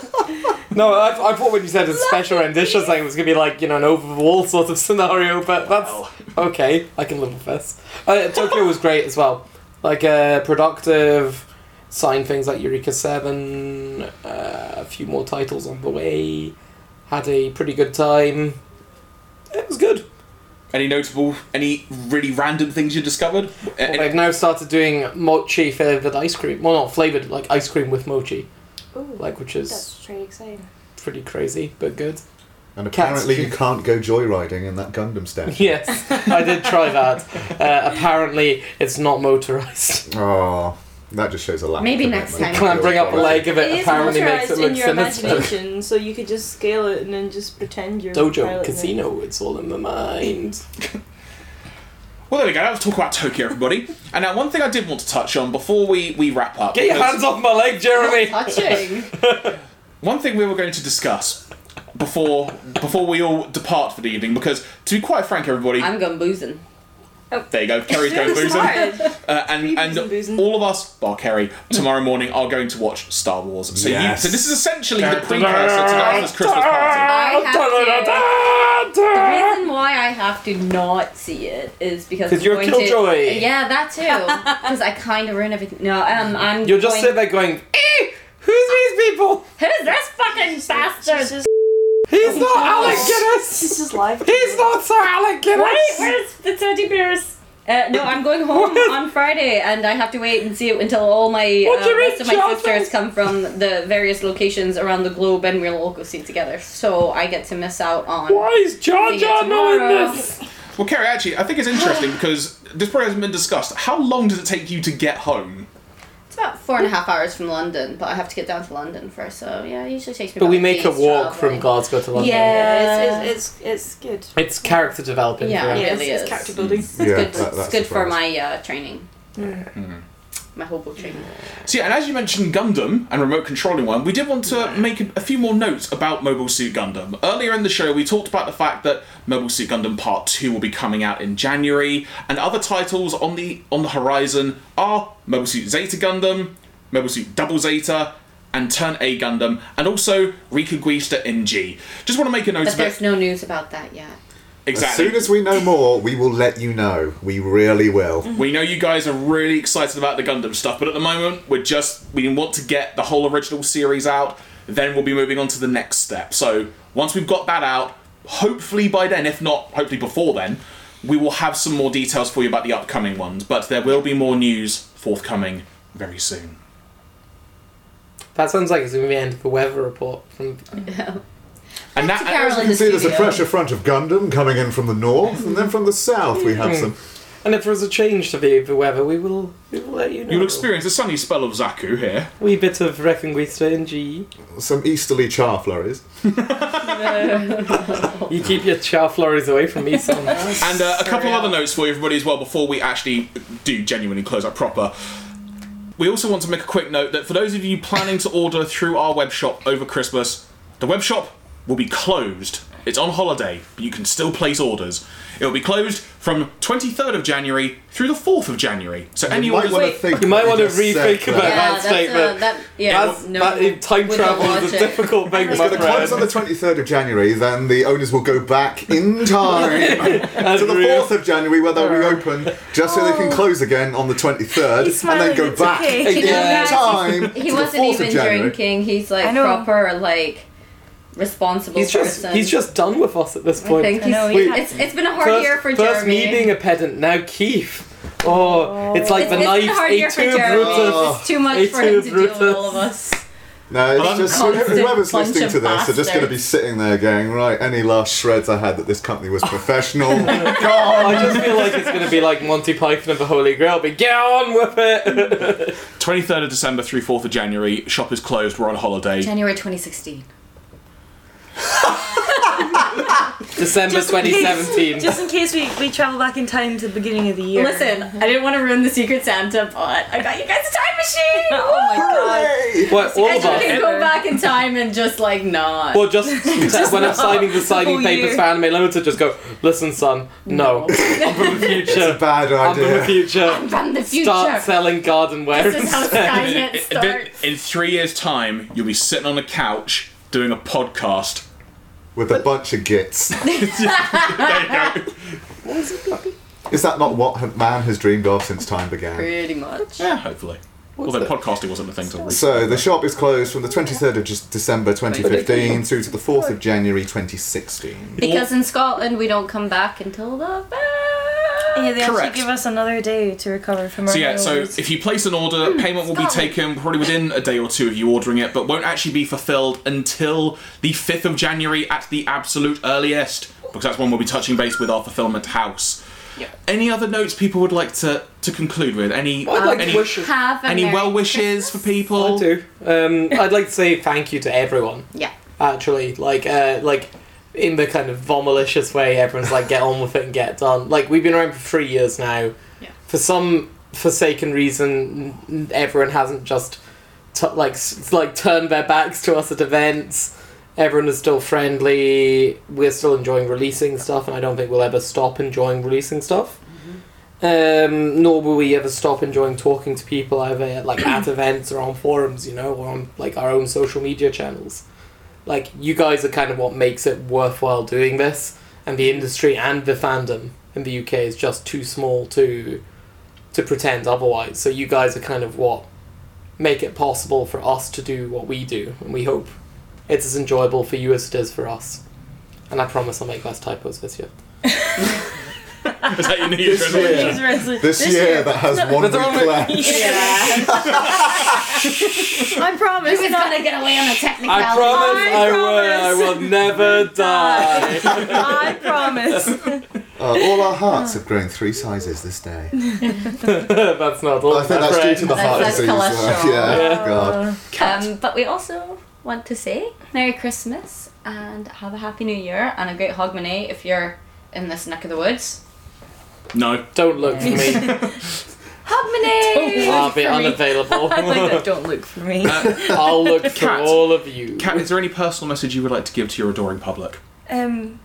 No, I, I thought when you said it's special rendition, thing, it was gonna be like you know an overall sort of scenario, but that's okay. I can live with this. Uh, Tokyo was great as well. Like uh, productive. Signed things like Eureka Seven. Uh, a few more titles on the way. Had a pretty good time. It was good.
Any notable, any really random things you discovered? A-
Well,
any-
they've now started doing mochi flavored ice cream. Well, not flavored, like ice cream with mochi,
Ooh,
like which is
that's pretty exciting.
pretty crazy but good.
And
Cats
apparently you
too.
can't go joyriding in that Gundam statue.
Yes, I did try that. Uh, apparently, it's not motorized.
Oh, that just shows a lack.
Maybe
of
next
commitment.
time.
Can't bring up a leg of it.
It is
apparently, makes
motorized
it
in
look
your
sinister.
imagination, so you could just scale it and then just pretend you're
Dojo
piloting
casino. It's all in the mind.
Well, there we go. That was talk about Tokyo, everybody. And now, one thing I did want to touch on before we, we wrap up.
Get your
was-
hands off my leg, Jeremy.
Touching.
One thing we were going to discuss before before we all depart for the evening, because to be quite frank, everybody,
I'm going boozing.
there you go, Kerry's going
It's
boozing, uh,
hard.
and and
boozing, boozing.
all of us, bar Kerry, tomorrow morning are going to watch Star Wars. So
Yes.
you, so this is essentially the precursor to Diana's Christmas party.
I have The reason why I have to not see it is because
'Cause
I'm
you're a
going
killjoy.
To, yeah, that too. Because I kind of ruin everything. No, um, I'm.
You'll just sit
going,
there going, "Eh, who's these people?
Who's this fucking bastard?
It's just,
He's not Alec
it's
Guinness.
just live.
He's not Sir Alec Guinness."
Wait, where's the teddy bears? Uh, no, I'm going home on Friday, and I have to wait and see it until all my
What
uh,
do you
rest of
mean,
my
Jonathan?
sisters come from the various locations around the globe, and we'll all go see it together. So I get to miss out on.
Why is Jar
seeing it
Jar not in
tomorrow.
this?
Well, Kerry, actually, I think it's interesting because this probably hasn't been discussed. How long does it take you to get home?
It's about four and a half hours from London, but I have to get down to London first. So yeah, it usually takes me.
But
about
we
a
make a
day's
walk from
travel.
Glasgow to London.
Yeah.
Yeah, it's, it's, it's, it's good.
It's character development.
Yeah. It
Yeah.
Yeah,
really
it's,
is.
it's character building.
Yeah,
It's good.
that-
it's
that's
good for
surprising.
my uh, training. My hobo training.
So yeah, and as you mentioned Gundam and remote controlling one, we did want to make a, a few more notes about Mobile Suit Gundam. Earlier in the show, we talked about the fact that Mobile Suit Gundam Part Two will be coming out in January, and other titles on the on the horizon are Mobile Suit Zeta Gundam, Mobile Suit Double Zeta, and Turn A Gundam, and also Rikuguista NG. Just want to make a note
But
of
there's
it.
no news about that yet.
As
Exactly.
soon as we know more, we will let you know. We really will.
We know you guys are really excited about the Gundam stuff, but at the moment we're just we want to get the whole original series out. Then we'll be moving on to the next step. So once we've got that out, hopefully by then, if not hopefully before then, we will have some more details for you about the upcoming ones. But there will be more news forthcoming very soon.
That sounds like it's going to be the end of the weather report from
And that, and-
Carol in
You can
the
see there's a
studio.
pressure front of Gundam coming in from the north, and then from the south we have some.
And if there's a change to the, the weather, we will, we will let you know.
you'll experience a sunny spell of Zaku here.
wee bit of Reconquista in GE.
some easterly char flurries.
You keep your chow flurries away from me, son.
And uh, a couple of
Surreal.
other notes for everybody as well before we actually do genuinely close up proper. We also want to make a quick note that for those of you planning to order through our web shop over Christmas, the web shop will be closed. It's on holiday, but you can still place orders. It will be closed from 23rd of January through the 4th of January. So any
You might
orders
want to
Wait.
think.
You might
what
wanna
just said
rethink
there.
about
Yeah,
Bad
that's
statement.
a, that, yeah,
That's,
no,
that is- time
with
travel
the
is a
logic.
different thing, my
It's going to close on
friend.
the 23rd of January, then the owners will go back in time to the 4th of January where they'll reopen just so they can close again on the 23rd
He's
and then
smiling,
go
it's
back
okay.
in
You know, guys,
time
He
to
wasn't
the 4th
even
of January.
drinking. He's like
I know.
proper, like responsible
He's just,
person.
he's just done with us at this
I
point.
think he's,
know, he-
it's, it's been a hard
first,
year for
first
Jeremy.
me being a pedant, now Keith. Oh, it's like
it's, it's
the
been a
knife
hard year
A2
for Jeremy.
Oh.
Brutus.
It's too much
It's
for him
too
to deal with
brutal.
all of us.
No, it's
Bunch-
just whoever- whoever's
bunch
listening
of
to this are just going to be
bastards.
sitting there going, right, any last shreds I had that this company was professional, gone.
I just feel like it's going to be like Monty Python and the Holy Grail, but get on with it!
23rd of December through 4th of January. Shop is closed. We're on holiday.
January 2016.
December
Just in case-
2017.
Just in case we, we travel back in time to the beginning of the year.
Listen, I didn't want to ruin the Secret Santa, but I got you guys a time machine.
Oh my god.
what, all
I
of
just
us?
can go back in time and just like not.
Well, just, when I'm signing the signing
whole
papers
year.
for Anime Limited, just go, listen, son, no. I'm from the future.
Bad
I'm from the
idea.
future.
From the future.
Start selling gardenware.
This is how Skynet
in-
starts.
in three years' time, you'll be sitting on a couch doing a podcast.
With a bunch of gits.
There you go.
Is that not what man has dreamed of since time began?
Pretty much.
Yeah, hopefully. Although podcasting wasn't the thing to read.
So the shop is closed from the 23rd of just December 2015 through to the 4th of January 2016.
Because in Scotland we don't come back until the
Yeah, they
Correct.
actually give us another day to recover from our
so yeah, so
hangovers.
if you place an order, payment will be taken probably within a day or two of you ordering it, but won't actually be fulfilled until the 5th of January at the absolute earliest, because that's when we'll be touching base with our fulfillment house. Any other notes people would like to, to conclude with? Any
I'd like
any,
to wish I
Have a
any
Merry
well wishes for people?
do. Um, I'd like to say thank you to everyone.
Yeah.
Actually, like, uh, like in the kind of vomalicious way, everyone's like, get on with it and get it done. Like we've been around for three years now.
Yeah.
For some forsaken reason, n- everyone hasn't just t- like s- like turned their backs to us at events. Everyone is still friendly. We're still enjoying releasing stuff, and I don't think we'll ever stop enjoying releasing stuff. Um, nor will we ever stop enjoying talking to people either at, like at events or on forums, you know, or on like our own social media channels. Like you guys are kind of what makes it worthwhile doing this, and the industry and the fandom in the UK is just too small to to pretend otherwise. So you guys are kind of what make it possible for us to do what we do, and we hope it's as enjoyable for you as it is for us. And I promise I'll make less typos this year.
Is that your New Year's
This
resolution?
year.
These resolu-
This year that has one week
That's all we-
left.
Yeah.
I promise.
Who's gonna get away on a technical?
I promise
I
I, will. I will never die.
I promise.
Uh, all our hearts have grown three sizes this day.
that's not all.
I think
my
that's due
friend.
to the heart
That's
disease. uh,
cholesterol.
Yeah, Oh, God.
Uh,
Um, but we also want to say Merry Christmas and have a Happy New Year and a great Hogmanay if you're in this neck of the woods.
No.
Don't look for me.
Hogmanay!
I'll be unavailable.
I like that. Don't look for me.
I'll look for
Cat.
all of you.
Uh, Kat, is there any personal message you would like to give to your adoring public?
Um,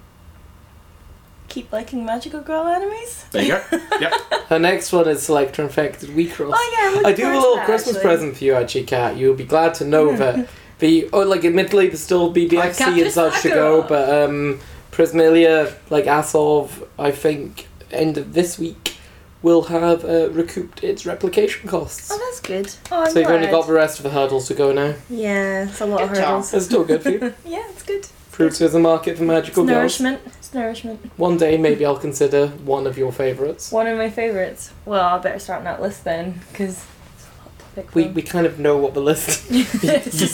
keep liking magical girl animes.
There you go. yep.
Her next one is Selector Infected We Cross.
Oh yeah, I'm looking
I do have
forward
a
to
little
that,
Christmas
actually.
present for you, actually, Kat. You'll be glad to know that the oh, like admittedly there's still BBFC and
Captain
such to
Sakura.
go, but um, Prismilia, like as of I think end of this week, will have uh, recouped its replication costs.
Oh, that's good. Oh, I'm
so you've only
glad.
got the rest of the hurdles to go now.
Yeah, it's a lot of
Good job.
hurdles.
It's still good for you.
Yeah, it's good.
Fruits is a market for
It's
magical girls.
nourishment. It's nourishment.
One day, maybe I'll consider one of your favourites.
One of my favorites. Well, I better start on that list then, because it's a hot topic.
We,
then.
we kind of know what the list.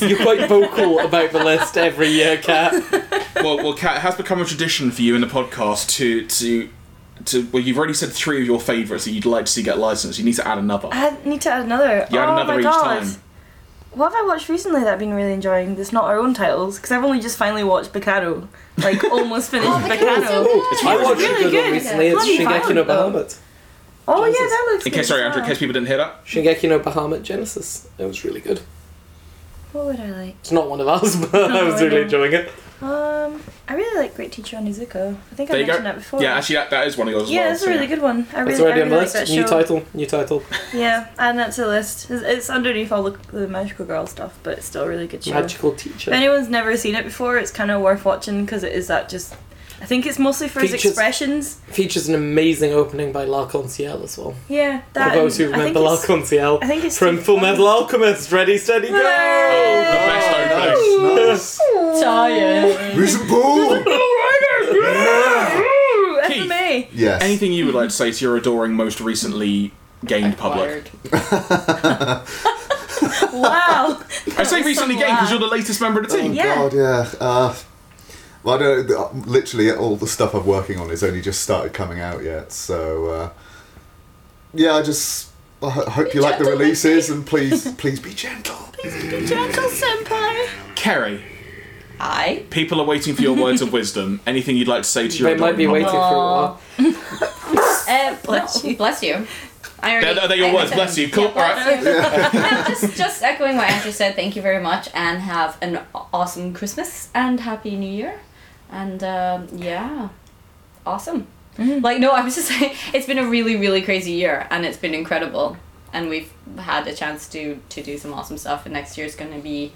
You're quite vocal about the list every year, Kat.
well, well, Kat, it has become a tradition for you in the podcast to to to. Well, you've already said three of your favourites that you'd like to see get licensed. You need to add another.
I had- need to add another.
You add
oh
another
my
each
god.
time.
What have I watched recently that I've been really enjoying that's not our own titles? Because I've only just finally watched Bicaro. Like, almost finished
Oh, Biccaro's
Bicaro.
so good.
It's
I
really
watched a
really
good, one
good.
recently. It's
Bloody
Shingeki no
violent, though.
Bahamut.
Oh, yeah,
Jesus.
that looks
In
good
case, sorry,
as
Andrew, in
well.
case people didn't hear that.
Shingeki no Bahamut Genesis. It was really good.
What would I like?
It's not one of us, but I was
I
really
know.
enjoiing it.
Um, I really like Great Teacher Onizuko. I think
There
I
you go.
mentioned that before.
Yeah, actually, that, that is one of yours. as
Yeah,
well,
that's
so
a really good one. I really,
It's
I
already
really
on the
like
list.
that
New
show.
title. New title.
Yeah, add that to the list. It's, it's underneath all the, the magical girl stuff, but it's still a really good show.
Magical
If
teacher.
anyone's never seen it before, it's kind of worth watching because it is that just. I think it's mostly for his
Features-
expressions.
Features an amazing opening by La Conciel as well.
Yeah,
For
that.
those who
and I think
remember La
it's-
Conciel
I think it's
from
Steve
Full
Connors.
Metal Alchemist, Ready, Steady, Go!
The
Hooray!
best opening.
Nice, nice.
Tired.
Who's in pool?
Ooh,
Keith.
FMA.
Yes.
Anything you would like to say to your adoring, most recently gained public?
Acquired.
Wow.
I say recently gained because
lie.
you're the latest member of the team.
yeah.
Oh, God, yeah. Uh, well, I don't know. th- Literally, all the stuff I'm working on has only just started coming out yet. So, uh, yeah, I just I ho- hope you like the
gentle with
releases and please, please be gentle.
Gentle senpai.
Kerry,
I
people are waiting for your words of wisdom. Anything you'd like to say to your
They might
adoring
be
public?
waiting for a while.
uh,
Bless
no,
you.
bless you. I already,
There- there- there your
I- I
words,
said-
bless you. Cool,
yeah, bless
alright.
you. No, just, just echoing what Andrew said, thank you very much and have an aw- awesome Christmas and Happy New Year. And um, yeah, awesome.
Mm.
Like, no, I was just saying, it's been a really, really crazy year and it's been incredible. And we've had a chance to, to do some awesome stuff, and next year's going to be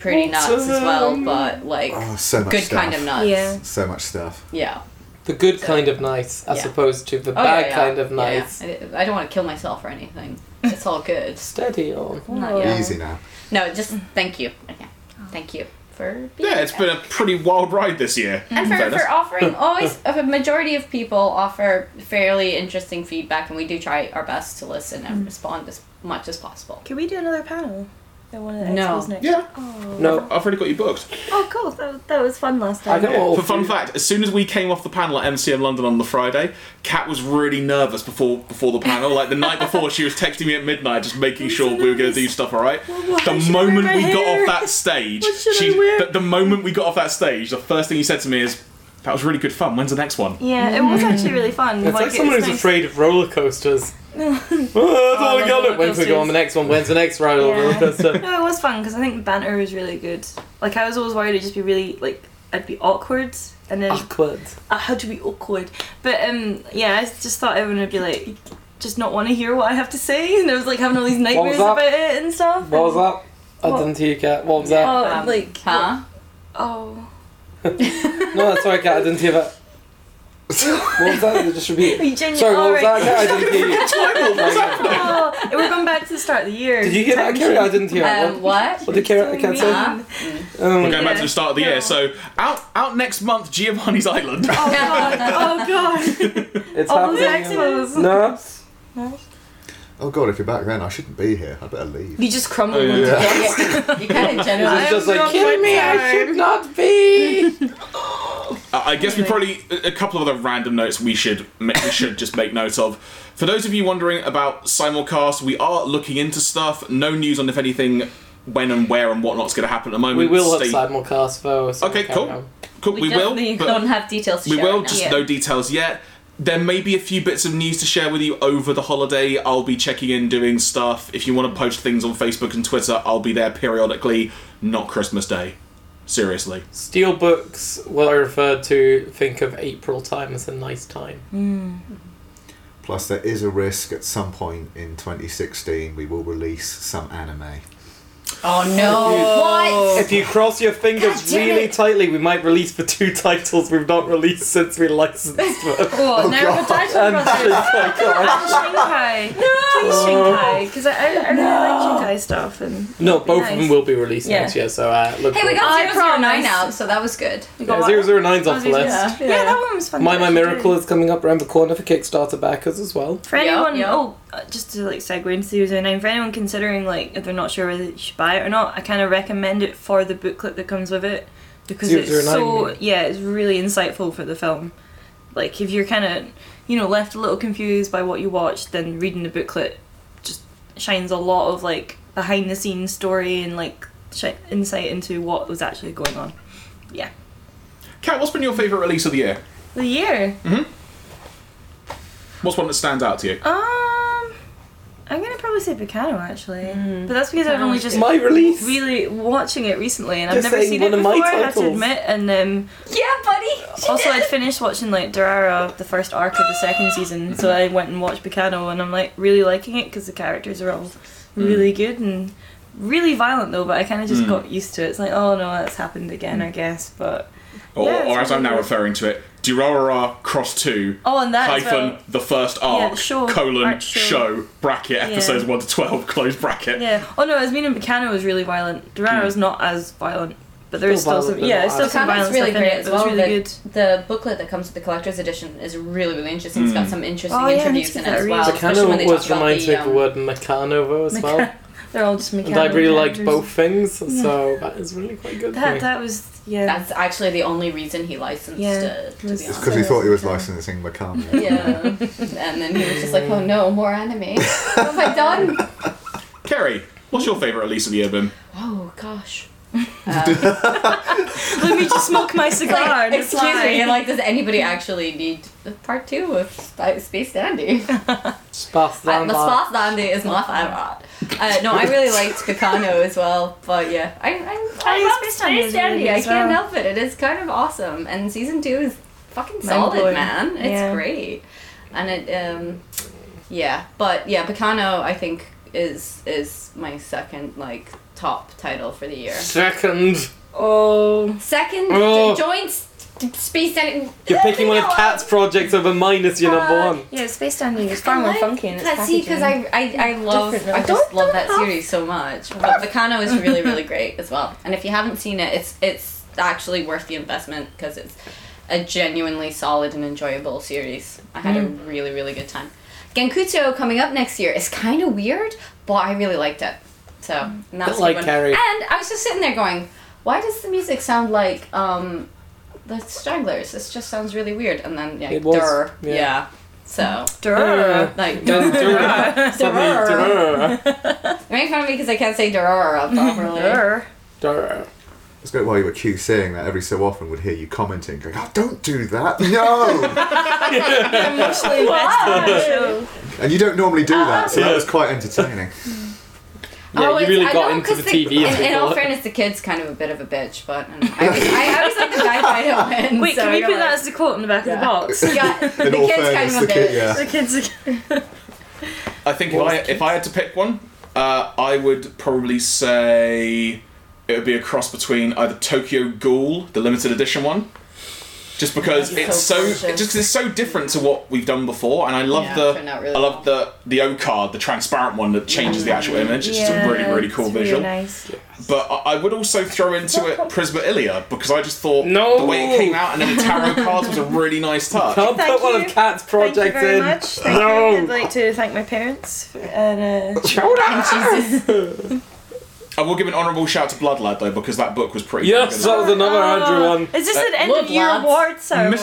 pretty nuts as well, but like,
Oh, so much
good
stuff.
kind of nuts.
Yeah.
So much stuff.
Yeah.
The good kind of nice, as
Yeah.
opposed to the
Oh,
bad
yeah, yeah.
kind of
Yeah,
nice.
yeah. I I don't want to kill myself or anything. It's all good.
Steady on.
Not yet.
Easy now.
No, just thank you. Yeah. Thank you for being
Mm. Oh. Yeah, it's been a pretty wild ride this year.
and
in
for,
fairness.
for offering always a majority of people offer fairly interesting feedback and we do try our best to listen
Mm.
and respond as much as possible.
Can we do another panel? At one of the
No.
expos next.
Yeah.
Oh.
No,
I've already got you booked.
Oh, cool. That, that was fun last
I
time.
know all
For fun
three-
fact, as soon as we came off the panel at MCM London on the Friday, Kat was really nervous before before the panel. Like the night before, she was texting me at midnight, just making sure we were going to do stuff. All right.
what- I
the
should
moment
wear
we
my
got
hair.
off that stage,
What should
she
I wear?
the, the moment we got off that stage, the first thing you said to me is, "That was really good fun. When's the next one?"
Yeah, it was actually really fun.
It's like,
it
someone
was
who's
nice.
afraid of roller coasters. oh, that's all I
love
got.
roller
When's we go on
coasters.
the next one? When's the next roller
Yeah.
roller coaster?
No, it was fun because I think banter was really good. Like I was always worried it'd just be really like I'd be awkward and then
Awkward.
I had to be awkward. But um, yeah, I just thought everyone would be like, just not want to hear what I have to say, and I was like having all these nightmares
that?
about it and stuff.
What was that? I
What?
didn't hear you, Kat. What was that?
Oh,
Um,
like
Huh?
oh,
No, that's all right, Kat. I didn't hear that. What was that? Just repeat.
are
it.
you genuine?
Sorry, what
All
was
right.
that? Kat? I didn't hear you.
Oh, and we're going back to the start of the year.
Did you hear that, Kerry? I didn't hear that.
Um,
What-
what?
What did Kerry Kat say?
Huh?
We're
Um,
going back to
Yeah.
the start of the year. So out out next month, Giovanni's Island.
Oh god! Oh god!
It's
All those
happening.
expos.
No.
Oh God, if you're back then, I shouldn't be here. I better leave.
You just crumbled.
yeah.
You kind of generally.
It's just
I'm
like,
not
kill me, I should not be.
Uh, I guess we probably a a couple of other random notes we should ma- we should just make note of. For those of you wondering about simulcast, we are looking into stuff. No news on if anything, when and where and whatnot's going to happen at the moment.
We will have
Stay-
simulcast though. so
Okay,
carry
cool,
on.
cool. We, will,
definitely
but
don't have details to
we
share
will.
right
Just
now.
no details yet. There may be a few bits of news to share with you over the holiday. I'll be checking in, doing stuff. If you want to post things on Facebook and Twitter, I'll be there periodically. Not Christmas Day, seriously.
Steel books, what I refer to, think of April time as a nice time.
Plus, there is a risk at some point in 2016 we will release some anime.
Oh no! What?
If you cross your fingers really tightly, we might release the two titles we've not released since we licensed them.
Oh, now we're
God.
Brothers.
Oh, God.
Shanghai. No. please Shinkai, because I, I, I really like Shinkai stuff. And
No, both of them
nice.
will be released
Yeah.
next year, so uh, look.
Hey, we
for it.
I
got 009
promise.
out, so that was good.
yeah, zero zero nine's off the list.
yeah. yeah, that one was fun.
My My
to do.
Miracle is coming up around the corner for Kickstarter backers as well.
For
Yeah,
anyone,
yeah.
oh, uh, just to like segue into Zero Zero Nine, for anyone considering like if they're not sure whether they should buy it or not, I kind of recommend it for the booklet that comes with it because it's
009, you
so
mean?
yeah, it's really insightful for the film. Like if you're kind of you know left a little confused by what you watched, then reading the booklet just shines a lot of like behind the scenes story and like shi insight into what was actually going on.
Kat, what's been your favourite release of the year?
The year,
What's one that stands out to you?
um, I'm gonna probably say Picano actually, but that's because I've only just
My release.
really watching it recently, and I've
You're
never
saying
seen it
one of
before.
my
I have to
titles.
admit, and um,
Yeah, buddy.
also I'd finished watching like Durara, the first arc of the second season, so I went and watched Picano, and I'm like really liking it because the characters are all
Hmm.
really good and really violent though. But I kind of just got used to it. It's like, oh no, that's happened again, I guess. But
Or,
Yeah,
or as I'm now
it's-
referring to it, Durarara Cross 2
oh, and that as
hyphen
well.
the first arc
Yeah, sure.
colon
Arc show.
show. bracket episodes 1 to 12 close bracket.
Yeah. Oh no, as mean and Picano was really violent. Durara was not as violent, but there's
Hmm. Still
still, some.
violent, but
Yeah,
not
it's still
as-
some violent
Picano's really
stuff in
great
it.
as
but it's
well.
really
the,
good.
the booklet that comes with the collector's edition is really, really interesting. It's got some interesting
Oh, yeah, I need to
interviews
give
in it
that a
as
read.
well. especially when they
Meccano
talk
was
about
reminds
the,
me of the
um,
word Meccanovo as well.
Mecha- They're all just
And
mechanical
I really liked
characters.
both things, so that is really quite good. for me.
That that was yeah.
That's actually the only reason he licensed
Yeah.
it, to be
It's
It's
honest.
because he thought he was licensing Macam.
Yeah. and then he was just like, oh no, more anime. Oh What have I done?
Kerry, what's your favourite release of the year been?
Oh gosh. Uh,
Let me just smoke my cigar. and
Excuse
reply.
me, and like, does anybody actually need part two of Sp- Space Dandy?
Spaß
Uh, the
Lambert.
Space Dandy is my favorite. Uh, no, I really liked Picano as well, but yeah, I, I, I
yeah,
love
Space Dandy
Space
is really
Dandy.
good
I
as
can't
well.
help it. It is kind of awesome, and season two is fucking solid,
Mind-blowing.
man. It's
Yeah.
great, and it, um, yeah, but yeah, Picano I think is is my second like top title for the year.
Second,
Oh,
Second
Oh.
joint joints Space Dandy.
you're picking one of Cat's projects over mine as your number one.
yeah. Space standing is far more funky in its
Let's see, because I, I, I love
Different
I just
Don't-
love that
don't laugh.
series so much. But Volcano is really really great as well. And if you haven't seen it, it's it's actually worth the investment because it's a genuinely solid and enjoyable series. I had a really really good time. Genkutsu coming up next year is kind of weird, but I really liked it. So and that's a
like
good one.
Carrie.
And I was just sitting there going, why does the music sound like um the Stragglers? This just sounds really weird. And then yeah,
It was,
durr,
yeah.
yeah. So
Durr.
like
Then Durr.
Durr.
Suddenly, Durr.
Make fun of me because I can't say Durr properly.
Durr.
Durr.
It's good while you were Q saying that every so often would hear you commenting, going, oh, don't do that. No!
Emotionally invested in the show.
and you don't normally do that, so
Yeah.
that was quite entertaining.
Yeah, you
it's-
really
I
got
know,
into
'cause
the TV, as
In,
we
in
call
all
it.
fairness, the kid's kind of a bit of a bitch, but I, don't know. I, always- I always like the guy fight to win.
Wait,
so
can we
you're
put that
like,
as the quote in the back of
Yeah.
the box?
Yeah,
In
the
all
kid's
fairness,
kind of a
the
bitch.
kid, yeah.
The kids. Are...
I think if I, if I had to pick one, uh, I would probably say it would be a cross between either Tokyo Ghoul, the limited edition one, just because
Yeah,
it's
so
so,
gorgeous.
it just it's so different to what we've done before, and I love
Yeah,
the
turned out really
I love the the O card, the transparent one that changes the
Mm,
actual image. It's just a really really cool
it's
visual.
Really nice.
But I, I would also throw into it Prisma Ilia because I just thought
No.
the way it came out and then the tarot cards was a really nice touch.
I'll
Thank
put one
you.
of Cat's
Thank you
projects
very
in.
much. Thank
No.
you. I'd like to thank my parents for, and uh,
I will give an honourable shout to Bloodlad though because that book was pretty.
Yes, that
fucking
was another
Oh,
Andrew one.
Is this an end
Uh, look,
of year
lads.
award ceremony?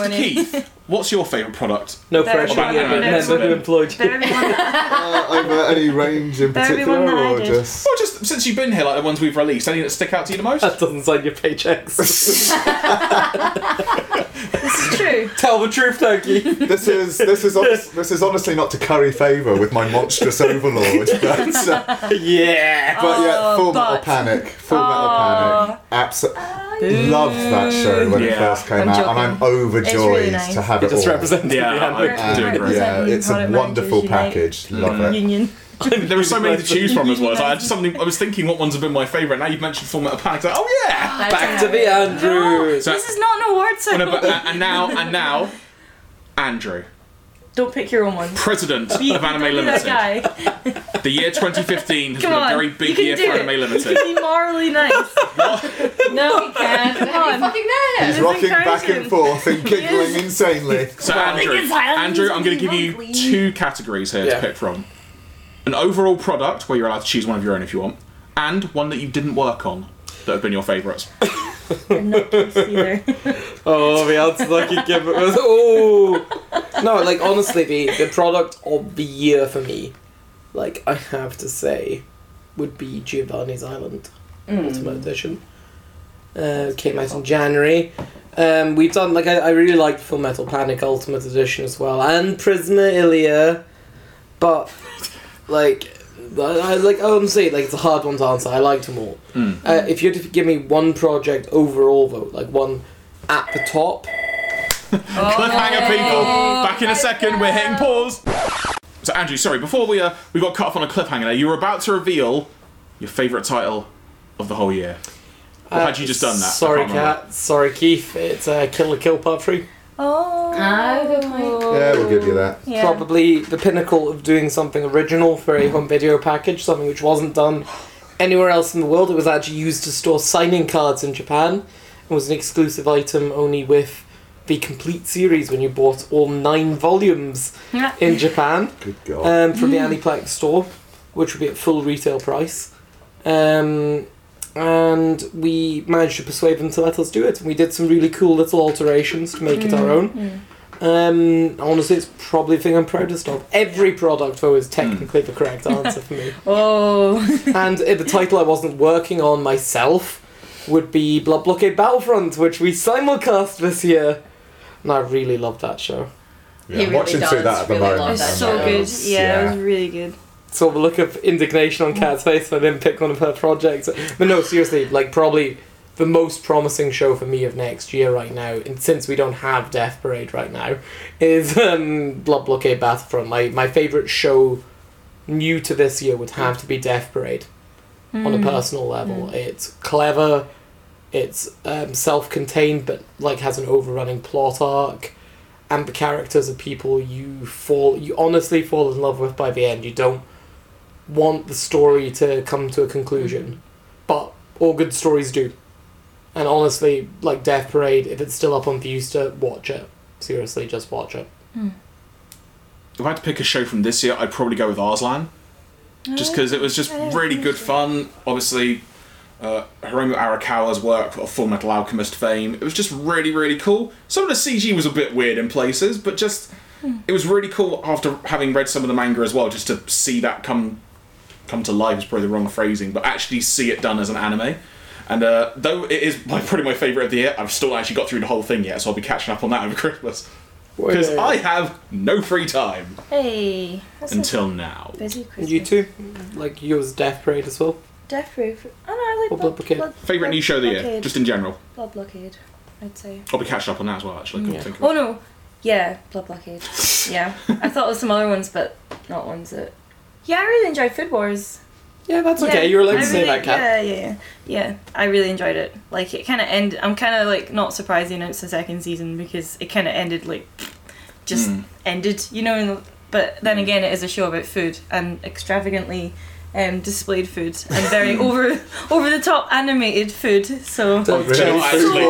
Mr. Keith, what's your favourite product?
No
Better
pressure.
try
you
and
remember
remember.
who employed you.
Better everyone
Uh, over any range in
Better be
particular,
one that I
or
did.
just.
Well, just since you've been here, like the ones we've released, any that stick out to you the most?
That doesn't sign your paychecks.
This is true.
Tell the truth, Turkey.
This is this is honest, this is honestly not to curry favour with my monstrous overlord, but, uh,
yeah.
but yeah, Full
Oh,
Metal
but-
Panic, Full Metal Panic, absolutely loved that show when it
Yeah.
first came
I'm
out, and I'm
joking.
overjoyed
really nice.
to have it
Just
all.
representing the
Oh. yeah,
Andrew.
I do
Uh,
agree.
yeah,
Representing
it's a
product
wonderful
managers
package. Love it.
Union.
There were so many to choose from as well. It's like, I just something I was thinking what ones have been my favourite. Now you've mentioned Full Metal Panic. It's like, oh yeah.
Uh,
Back to the Andrew.
So-
This is not an award
and,
ceremony.
ab-
uh,
and now, and now, Andrew,
Don't pick your own one.
president of Anime
Don't be that
Limited.
guy.
The year 2015 has
Come
been a
on,
very
you
big
can
year
do
for
it.
Anime
You
Limited.
can be morally nice. no,
And
Come on.
you fucking know.
He's rocking back and
encouraging.
forth and giggling insanely.
So Andrew,
Lincoln's Island
Andrew,
is
I'm going to give you
lovely.
two categories here to
Yeah.
pick from: an overall product where you're allowed to choose one of your own if you want, and one that you didn't work on that have been your favourites.
I'm not pleased either.
Oh, the answer I could give it was oh. No, like honestly, the the product of the year for me, like I have to say, would be Giovanni's Island Ultimate Edition. Uh, came out in January. Um, we've done like I, I really liked Full Metal Panic Ultimate Edition as well, and Prisma Ilia, but like. I, I like I'm saying like it's a hard one to answer. I liked them all.
Hmm.
Uh, if you had to give me one project overall though, like one at the top.
Cliffhanger, people. Back in a second. We're hitting pause. So Andrew, sorry, before we uh, we got cut off on a cliffhanger, there, you were about to reveal your favourite title of the whole year. Or had you just done that? I
uh, Sorry,
can't remember.
Kat. Sorry, Keith. It's uh, Kill a Kill Part 3.
Oh.
Yeah, we'll give you that.
Yeah.
Probably the pinnacle of doing something original for a home video package, something which wasn't done anywhere else in the world. It was actually used to store signing cards in Japan and was an exclusive item only with the complete series when you bought all nine volumes
Yeah.
in Japan.
Good God.
Uh,
um, from the Aniplex store, which would be at full retail price. Um, and we managed to persuade them to let us do it. We did some really cool little alterations to make it our own. Um, honestly, it's probably the thing I'm proudest of. Every product, though, is technically the correct answer for me.
Oh.
And uh, the title I wasn't working on myself would be Blood Blockade Battlefront, which we simulcast this year. And I really loved that show.
Yeah,
He
I'm
really
watching
does
through that at the
really love
moment.
It's
that
so
show.
good. Yeah,
Yeah.
it was really good.
saw the look of indignation on Kat's face when I didn't pick one of her projects. But no, seriously, like probably the most promising show for me of next year right now, and since we don't have Death Parade right now, is um, Blood Blockade Battlefront. My my favorite show new to this year would have to be Death Parade. On a personal level, it's clever, it's um, self-contained, but like has an overrunning plot arc and the characters are people you fall you honestly fall in love with by the end. You don't want the story to come to a conclusion. But all good stories do. And honestly, like Death Parade, if it's still up on Viewster, watch it. Seriously, just watch it.
If I had to pick a show from this year, I'd probably go with Arslan. Just because it was just really good fun. Obviously, uh, Hiromu Arakawa's work of Full Metal Alchemist fame. It was just really, really cool. Some of the CG was a bit weird in places, but just it was really cool after having read some of the manga as well, just to see that come come to life is probably the wrong phrasing, but actually see it done as an anime. And uh, though it is my, probably my favourite of the year, I've still not actually got through the whole thing yet, so I'll be catching up on that over Christmas. Because
Wait.
I have no free time
Hey. That's
until now.
a busy Christmas.
You too? Like yours Death Parade as well?
Death Proof. Oh no, I
Or
like
Blood Blockade.
Favorite new show of the year,
Blockade.
just in general.
Blood Blockade, I'd say.
I'll be catching up on that as well. Actually, yeah. think of
Oh
it.
no. Yeah, Blood Blockade. yeah. I thought it was some other ones, but not ones that. Yeah, I really enjoyed Food Wars.
Yeah, that's
Yeah,
okay. You're allowed
I
to say
really-
that, Kat.
Yeah, yeah, yeah. Yeah, I really enjoyed it. Like, it kind of ended. I'm kind of, like, not surprised they announced the second season because it kind of ended, like, just
Hmm.
ended, you know? And, but then again, it is a show about food and extravagantly. Um, displayed food and very over over the top animated food. So
Oh,
Don't
Do you know
really.
what, Oh,
Food
actually?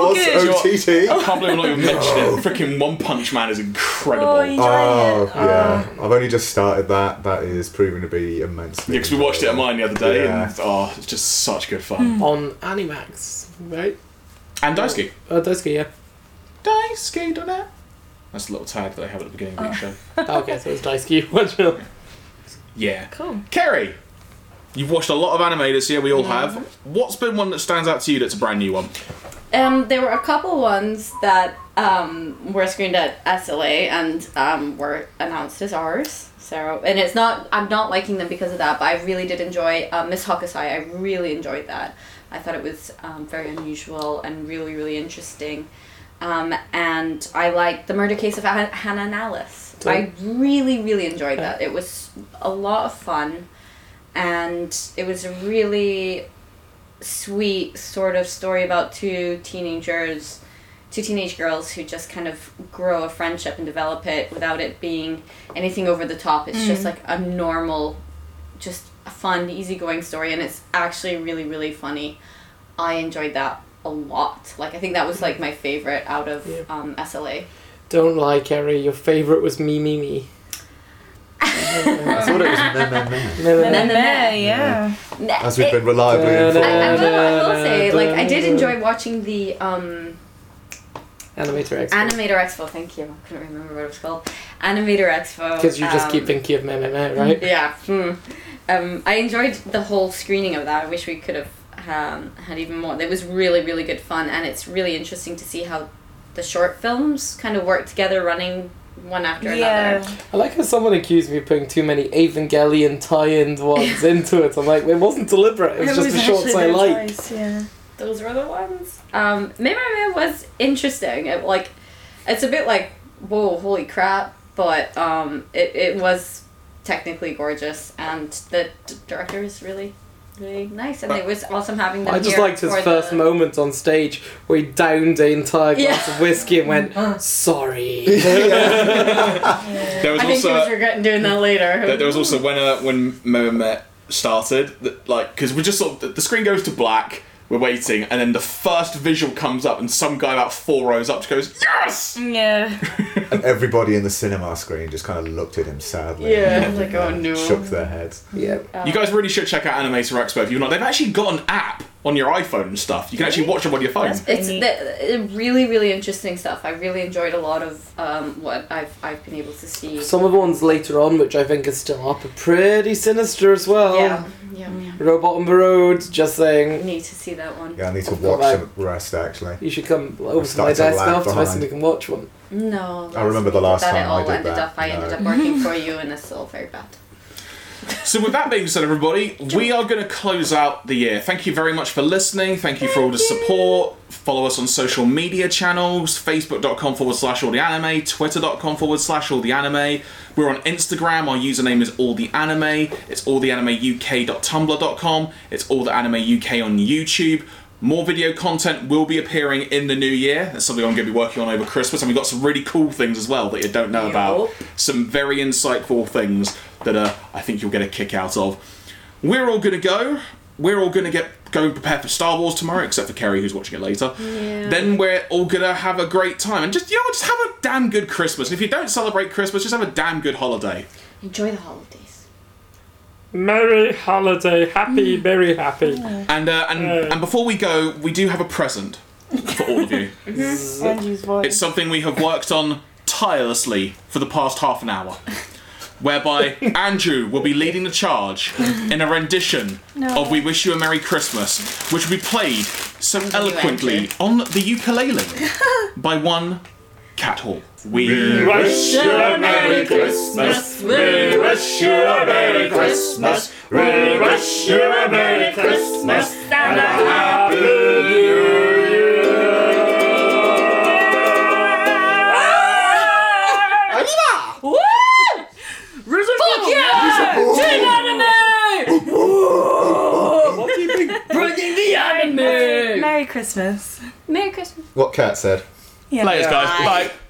Wars,
good.
OTT.
I can't believe I'm not even mentioning it. Freaking One Punch Man is incredible.
Oh,
yeah,
you-
Oh,
Giant.
yeah. I've only just started that. That is proving to be immensely.
because we watched it at mine the other day,
Yeah.
and oh, it's just such good fun.
On Animax, right?
And Daisuke.
Oh, Daisuke, yeah.
Daisuke, don't it? That's a little tag that I have at the beginning of each show.
okay, so it's Daisuke. Watch it.
Yeah.
cool.
Kerry, you've watched a lot of anime this year. We all have. What's been one that stands out to you? That's a brand new one.
Um, there were a couple ones that um, were screened at SLA and um, were announced as ours. So, and it's not, I'm not liking them because of that, but I really did enjoy uh, Miss Hokusai. I really enjoyed that. I thought it was um, very unusual and really, really interesting. Um, and I liked The Murder Case of Han- Hannah and Alice. I really, really enjoyed that. It was a lot of fun, and it was a really sweet sort of story about two teenagers, two teenage girls who just kind of grow a
Mm.
friendship and develop it without it being anything over the top. It's just like a normal just a fun, easygoing story, and it's actually really, really funny. I enjoyed that a lot. Like I think that was like my favorite out of
Yeah.
um, SLA.
Don't lie, Kerry. Your favourite was me, me, me.
I thought it was meh, meh, meh.
No, no,
And
no.
then the
Yeah,
next-
yeah.
As we've
It-
been reliably
I,
informed.
I will, I will say, like, I did
Da-da-da-da-da.
enjoy watching the um,
Animator X.
Animator Expo. Thank you. I couldn't remember what it was called. Animator Expo.
Because you just keep
um,
thinking of meh, meh, meh, right?
Yeah. Hmm. Um, I enjoyed the whole screening of that. I wish we could have um, had even more. It was really, really good fun, and it's really interesting to see how the short films kind of work together, running one after
Yeah.
another.
I like how someone accused me of putting too many Evangelion tie-in ones into it. I'm like, it wasn't deliberate. It was just the shorts I like.
Yeah.
Those were the ones. Um, Mimimi was interesting. It, like, it's a bit like, whoa, holy crap, but um, it, it was technically gorgeous, and the d- director is really, really nice, and it was awesome having them
I just
here
liked his
for
first
the-
moment on stage where he downed the entire glass
Yeah. Uh-huh.
of whiskey and went, "Sorry."
There was
I think
also
he was regretting doing that later.
There, there was also when uh, when Mehmet started, that, like because we just sort of the- the screen goes to black. We're waiting, and then the first visual comes up, and some guy about four rows up just goes, "Yes!"
Yeah.
And everybody in the cinema screen just kind of looked at him sadly.
Yeah,
and
like, oh, no.
Shook their heads.
yeah.
You guys really should check out Animator Expo if you're not. They've actually got an app on your iPhone and stuff. You can actually watch them on your phone.
That's-
It's
Neat.
the, really, really interesting stuff. I really enjoyed a lot of um, what I've, I've been able to see.
Some of the ones later on, which I think is still up, are pretty sinister as well.
yeah, yeah, yeah.
Robot on the road, just
I
saying,
need to see that one.
Yeah, I need to
I've got
watch
that.
some rest actually.
you should come over to my
starting to
desk
lag
after this
behind.
and we can watch one.
No.
I remember the last
that
time
it all
I did
ended
that,
up. I ended
no.
up working for you, and it's all very bad.
So, with that being said, everybody, we are going to close out the year. Thank you very much for listening. Thank you for all the support. Follow us on social media channels facebook.com forward slash all the anime, twitter.com forward slash all the anime. We're on Instagram. Our username is all the anime. It's all the anime uk.tumblr.com. It's all the anime uk on YouTube. More video content will be appearing in the new year. That's something I'm going to be working on over Christmas, and we've got some really cool things as well that you don't know about. Some very insightful things that uh, I think you'll get a kick out of. We're all going to go. We're all going to get go and prepare for Star Wars tomorrow, except for Kerry who's watching it later. Then we're all going to have a great time and just you know just have a damn good Christmas. And if you don't celebrate Christmas, just have a damn good holiday.
Enjoy the holidays.
Merry holiday, happy, very happy.
And uh, and and before we go, we do have a present for all of you.
Andrew's voice.
It's something we have worked on tirelessly for the past half an hour. Whereby Andrew will be leading the charge in a rendition
No.
of We Wish You a Merry Christmas, which will be played so eloquently
Andrew.
on the ukulele by one Cat Hall. We
wish you a Merry Christmas. We wish you a Merry Christmas. We wish you a Merry Christmas and a Happy New
Fuck
Year.
yeah!
What do you think?
Merry Christmas.
Merry Christmas.
What Kat said.
Yeah.
Players, guys. Bye.